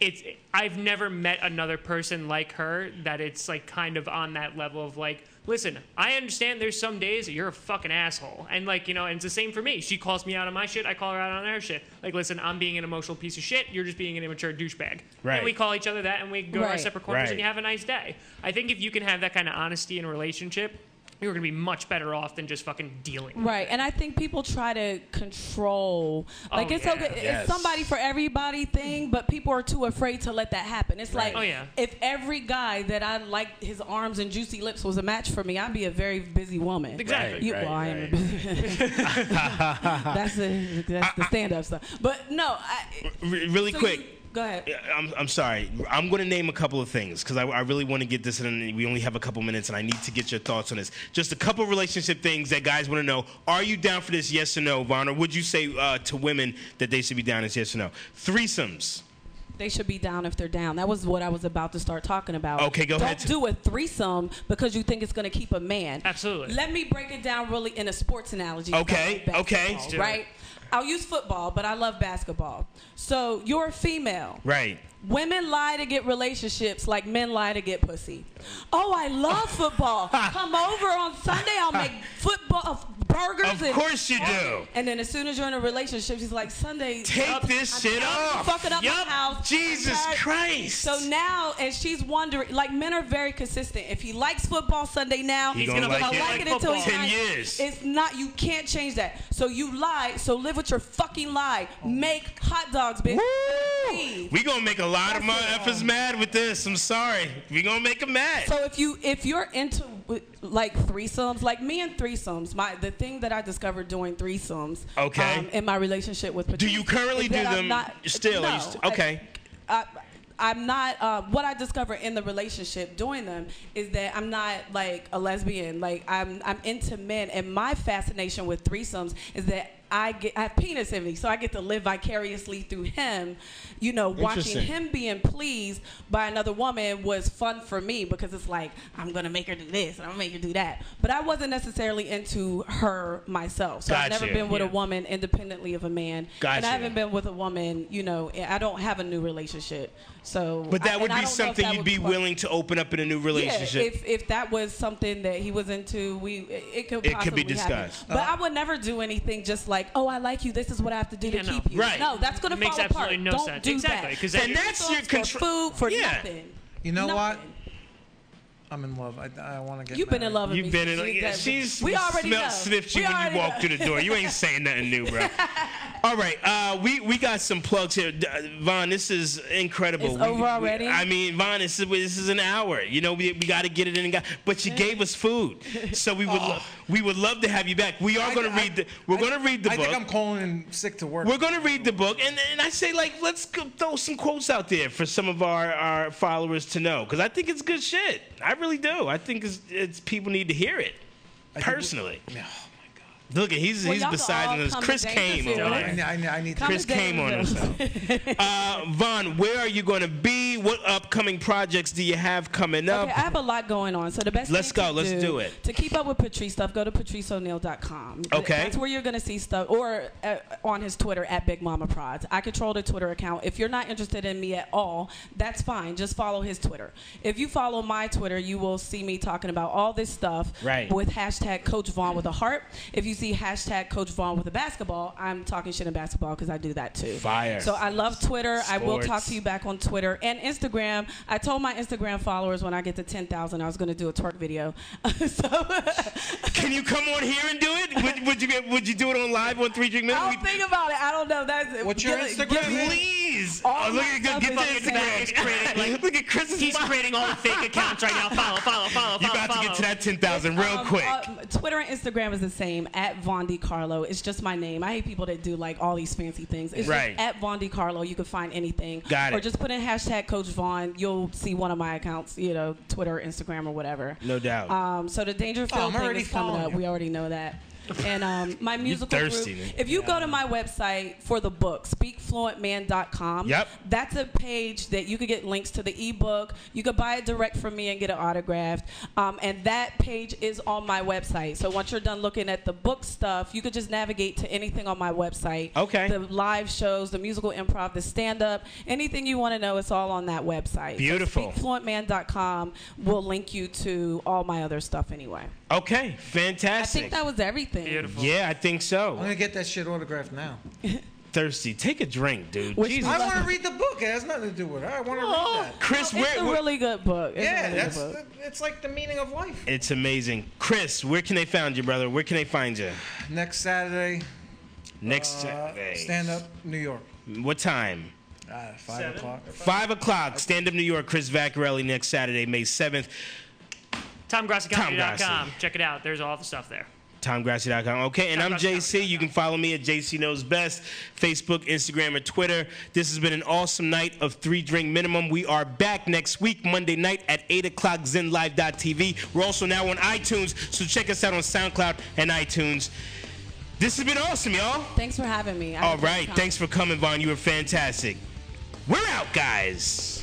Speaker 3: it's I've never met another person like her that it's like kind of on that level of like. Listen, I understand there's some days that you're a fucking asshole. And like, you know, and it's the same for me. She calls me out on my shit, I call her out on her shit. Like, listen, I'm being an emotional piece of shit, you're just being an immature douchebag.
Speaker 1: Right.
Speaker 3: And we call each other that and we go our
Speaker 9: Right.
Speaker 3: separate corners
Speaker 1: Right.
Speaker 3: and you have a nice day. I think if you can have that kind of honesty in a relationship, you're going to be much better off than just fucking dealing. with
Speaker 9: Right, and I think people try to control. Like
Speaker 3: Oh,
Speaker 9: it's
Speaker 3: yeah.
Speaker 9: okay,
Speaker 2: Yes.
Speaker 9: it's somebody for everybody thing, but people are too afraid to let that happen. It's like
Speaker 3: Oh, yeah.
Speaker 9: if every guy that I liked his arms and juicy lips was a match for me, I'd be a very busy woman.
Speaker 3: Exactly.
Speaker 9: You, well, I am a busy. that's the that's the stand up stuff. But no, I,
Speaker 1: R- really
Speaker 9: so
Speaker 1: quick.
Speaker 9: you- go ahead.
Speaker 1: I'm, I'm sorry. I'm going to name a couple of things because I, I really want to get this in. and We only have a couple minutes, and I need to get your thoughts on this. Just a couple of relationship things that guys want to know. Are you down for this? Yes or no, Von? Or would you say uh, to women that they should be down as yes or no? Threesomes.
Speaker 9: They should be down if they're down. That was what I was about to start talking about.
Speaker 1: Okay, go
Speaker 9: Don't
Speaker 1: ahead.
Speaker 9: do a threesome because you think it's going to keep a man.
Speaker 3: Absolutely.
Speaker 9: Let me break it down really in a sports analogy.
Speaker 1: Okay,
Speaker 9: Basketball,
Speaker 1: okay. Let's do
Speaker 3: it.
Speaker 9: Right? I'll use football, but I love basketball. So you're a female.
Speaker 1: Right.
Speaker 9: Women lie to get relationships like men lie to get pussy. Oh, I love football. Come over on Sunday. I'll make football uh, burgers.
Speaker 1: Of
Speaker 9: and-
Speaker 1: course you do.
Speaker 9: And then as soon as you're in a relationship, she's like, Sunday.
Speaker 1: Take
Speaker 9: yup,
Speaker 1: this
Speaker 9: I'm
Speaker 1: shit
Speaker 9: done
Speaker 1: off.
Speaker 9: Fucking up
Speaker 1: Yup.
Speaker 9: my house.
Speaker 1: Jesus
Speaker 9: I'm tired.
Speaker 1: Christ.
Speaker 9: So now, and she's wondering, like men are very consistent. If he likes football Sunday now,
Speaker 1: He
Speaker 9: he's
Speaker 1: gonna
Speaker 9: gonna,
Speaker 1: like it
Speaker 9: like
Speaker 1: like
Speaker 9: it until he's
Speaker 3: football.
Speaker 1: 10
Speaker 9: nine.
Speaker 1: years.
Speaker 9: It's not. You can't change that. So you lie. So live with your fucking lie.
Speaker 1: Oh.
Speaker 9: Make hot dogs, bitch. Leave.
Speaker 1: We gonna make a lot of my
Speaker 9: That's it.
Speaker 1: efforts mad with this. I'm sorry. We gonna make them mad.
Speaker 9: So if you if you're into like threesomes, like me and threesomes, my the thing that I discovered doing threesomes,
Speaker 1: Okay.
Speaker 9: um, in my relationship with
Speaker 1: Do you
Speaker 9: Patrice
Speaker 1: currently
Speaker 9: is that
Speaker 1: do
Speaker 9: I'm
Speaker 1: them
Speaker 9: not-
Speaker 1: still? Are you
Speaker 9: no,
Speaker 1: st-
Speaker 9: I-
Speaker 1: okay.
Speaker 9: I, I'm not. Uh, what I discover in the relationship doing them is that I'm not like a lesbian. Like I'm, I'm into men, and my fascination with threesomes is that I get I have penis envy, so I get to live vicariously through him. You know, watching
Speaker 6: Interesting.
Speaker 9: him being pleased by another woman was fun for me because it's like I'm gonna make her do this and I'm gonna make her do that. But I wasn't necessarily into her myself, so I've
Speaker 1: Gotcha.
Speaker 9: never been with
Speaker 1: Yeah.
Speaker 9: a woman independently of a man, and
Speaker 1: Gotcha.
Speaker 9: I haven't been with a woman, you know, I don't have a new relationship. So,
Speaker 1: But
Speaker 9: I-
Speaker 1: that
Speaker 9: and
Speaker 1: would be
Speaker 9: I don't know if
Speaker 1: something
Speaker 9: that
Speaker 1: you'd
Speaker 9: would
Speaker 1: be
Speaker 9: fun.
Speaker 1: willing to open up in a new relationship.
Speaker 9: Yeah, if if that was something that he was into, we it could
Speaker 1: It could be
Speaker 9: possibly happen.
Speaker 1: discussed.
Speaker 9: But I would never do anything just like, oh, I like you. This is what I have to do
Speaker 3: Yeah,
Speaker 9: to
Speaker 3: no.
Speaker 9: keep you.
Speaker 1: Right.
Speaker 9: No, that's gonna
Speaker 3: Makes
Speaker 9: fall
Speaker 3: absolutely
Speaker 9: apart.
Speaker 3: no
Speaker 9: don't
Speaker 3: sense.
Speaker 9: Do
Speaker 3: Exactly,
Speaker 9: that.
Speaker 3: 'cause then
Speaker 1: And
Speaker 3: you're-
Speaker 1: that's your
Speaker 9: Threesomes
Speaker 1: control-
Speaker 9: for food for
Speaker 1: Yeah.
Speaker 9: nothing.
Speaker 2: You know what?
Speaker 9: Nothing.
Speaker 2: I'm in love. I, I want to get.
Speaker 9: You've been in
Speaker 2: married.
Speaker 9: love with
Speaker 1: You've
Speaker 9: me.
Speaker 1: been
Speaker 9: since
Speaker 1: in.
Speaker 9: you
Speaker 1: Yeah,
Speaker 9: got-
Speaker 1: she's
Speaker 9: We already
Speaker 1: smelled
Speaker 9: know.
Speaker 1: sniffed
Speaker 9: We
Speaker 1: you when
Speaker 9: already
Speaker 1: you walked
Speaker 9: know.
Speaker 1: through the door. You ain't saying nothing new, bro. All right, uh, we we got some plugs here, D- uh, Von. This is incredible.
Speaker 9: It's
Speaker 1: We-
Speaker 9: over
Speaker 1: we-
Speaker 9: already?
Speaker 1: I mean, Von, this is this is an hour. You know, we, we got to get it in. And got, but you gave us food, so we
Speaker 9: Oh.
Speaker 1: would lo- we would love to have you back. We are
Speaker 2: I-
Speaker 1: going to
Speaker 2: I-
Speaker 1: read the we're
Speaker 2: I-
Speaker 1: going to read the
Speaker 2: I
Speaker 1: book.
Speaker 2: think I'm calling in sick to work.
Speaker 1: We're going to read the book, and, and I say, like, let's go throw some quotes out there for some of our, our followers to know, because I think it's good shit. I really do. I think it's, it's people need to hear it,
Speaker 2: think we- Oh,
Speaker 1: personally.
Speaker 2: Yeah.
Speaker 1: Look, at he's
Speaker 9: Well,
Speaker 1: he's
Speaker 9: y'all can all
Speaker 1: beside us.
Speaker 9: come to
Speaker 1: Chris came
Speaker 9: Dangerfield.
Speaker 1: over
Speaker 2: I,
Speaker 1: there.
Speaker 2: ne- I, ne- I need to.
Speaker 9: Come
Speaker 1: Chris
Speaker 9: to
Speaker 1: came on
Speaker 9: Dangerfield.
Speaker 1: himself. Uh, Von, where are you going to be? What upcoming projects do you have coming up?
Speaker 9: Okay, I have a lot going on. So the best
Speaker 1: Let's
Speaker 9: thing
Speaker 1: go.
Speaker 9: to
Speaker 1: Let's
Speaker 9: do,
Speaker 1: do it.
Speaker 9: To keep up with Patrice stuff, go to patriceoneal.com.
Speaker 1: Okay.
Speaker 9: That's where you're going to see stuff, or uh, on his Twitter at Big Mama Prods. I control the Twitter account. If you're not interested in me at all, that's fine. Just follow his Twitter. If you follow my Twitter, you will see me talking about all this stuff
Speaker 1: Right.
Speaker 9: with hashtag Coach Vaughn with a heart. If you see hashtag Coach Vaughn with a basketball, I'm talking shit in basketball because I do that too.
Speaker 1: Fire.
Speaker 9: So I love Twitter. I will talk
Speaker 1: Sports.
Speaker 9: to you back on Twitter and Instagram. I told my Instagram followers when I get to 10,000, I was going to do a twerk video. so
Speaker 1: Can you come on here and do it? Would, would you get, would you do it on live on Three Drink Minute?
Speaker 9: I'll think about it. I don't know. That's
Speaker 2: What's your
Speaker 9: give it-
Speaker 2: Instagram
Speaker 9: give it-
Speaker 1: Please.
Speaker 9: All
Speaker 1: Oh, look
Speaker 9: my
Speaker 1: at get,
Speaker 9: stuff
Speaker 1: get
Speaker 9: is
Speaker 1: the
Speaker 9: fucking
Speaker 1: Instagram.
Speaker 9: back.
Speaker 1: creating, like, look at Chris's
Speaker 3: He's
Speaker 1: smile.
Speaker 3: creating all fake accounts right now. Follow, follow, follow, follow.
Speaker 1: You about to
Speaker 3: follow.
Speaker 1: get to that ten thousand real
Speaker 9: Um,
Speaker 1: quick.
Speaker 9: uh, Twitter and Instagram is the same at Von Carlo. It's just my name. I hate people that do like all these fancy things. It's
Speaker 1: Right.
Speaker 9: just at Von Carlo. You can find anything.
Speaker 1: Got
Speaker 9: Or
Speaker 1: it.
Speaker 9: just put in hashtag Coach Vaughn. You'll see one of my accounts. You know, Twitter, Instagram, or whatever.
Speaker 1: No doubt.
Speaker 9: Um, so the Dangerfield
Speaker 2: Oh, I'm
Speaker 9: thing
Speaker 2: already
Speaker 9: is coming
Speaker 2: following
Speaker 9: up.
Speaker 2: you.
Speaker 9: We already know that. And um, my musical
Speaker 1: thirsty,
Speaker 9: group.
Speaker 1: man.
Speaker 9: If you go to my website for the book, speakfluentman.com,
Speaker 1: Yep.
Speaker 9: that's a page that you could get links to the ebook. You could buy it direct from me and get it autographed. Um, and that page is on my website. So once you're done looking at the book stuff, you could just navigate to anything on my website.
Speaker 1: Okay.
Speaker 9: The live shows, the musical improv, the stand up, anything you want to know, it's all on that website. So
Speaker 1: Beautiful.
Speaker 9: speakfluentman.com will link you to all my other stuff anyway.
Speaker 1: Okay,
Speaker 9: I
Speaker 1: fantastic.
Speaker 9: think that was everything.
Speaker 3: Beautiful.
Speaker 1: yeah, I think
Speaker 2: I'm
Speaker 1: so.
Speaker 2: gonna get that shit autographed now.
Speaker 1: thirsty. Take a drink, dude.
Speaker 9: Which
Speaker 1: Jesus. Oh,
Speaker 2: I want to read the book. It has nothing to do with it. I want to read that.
Speaker 1: Chris,
Speaker 9: It's
Speaker 1: where?
Speaker 9: a
Speaker 1: where-
Speaker 9: really good book. It's a
Speaker 2: Yeah,
Speaker 9: really
Speaker 2: that's
Speaker 9: good book.
Speaker 2: it's like the meaning of life.
Speaker 1: it's amazing. Chris, where can they find you, brother? Where can they find you?
Speaker 2: Next Saturday,
Speaker 1: Next
Speaker 2: uh,
Speaker 1: Saturday.
Speaker 2: stand up New York,
Speaker 1: What time?
Speaker 2: uh, five o'clock.
Speaker 1: Five o'clock. Stand up New York. Chris Vaccarelli next Saturday, May seventh. Tom
Speaker 3: TomGrassi.com.
Speaker 1: Grassi.
Speaker 3: Check it out. There's all the stuff there.
Speaker 1: TomGrassi.com. Okay, and I'm JC. You can follow me at JC Knows Best, Facebook, Instagram, or Twitter. This has been an awesome night of Three Drink Minimum. We are back next week, Monday night at 8 o'clock, zenlive.tv. We're also now on iTunes, so check us out on SoundCloud and iTunes. This has been awesome, y'all.
Speaker 9: Thanks for having me. I had a
Speaker 1: All
Speaker 9: great
Speaker 1: right,
Speaker 9: time.
Speaker 1: thanks for coming, Vaughn. You were fantastic. We're out, guys.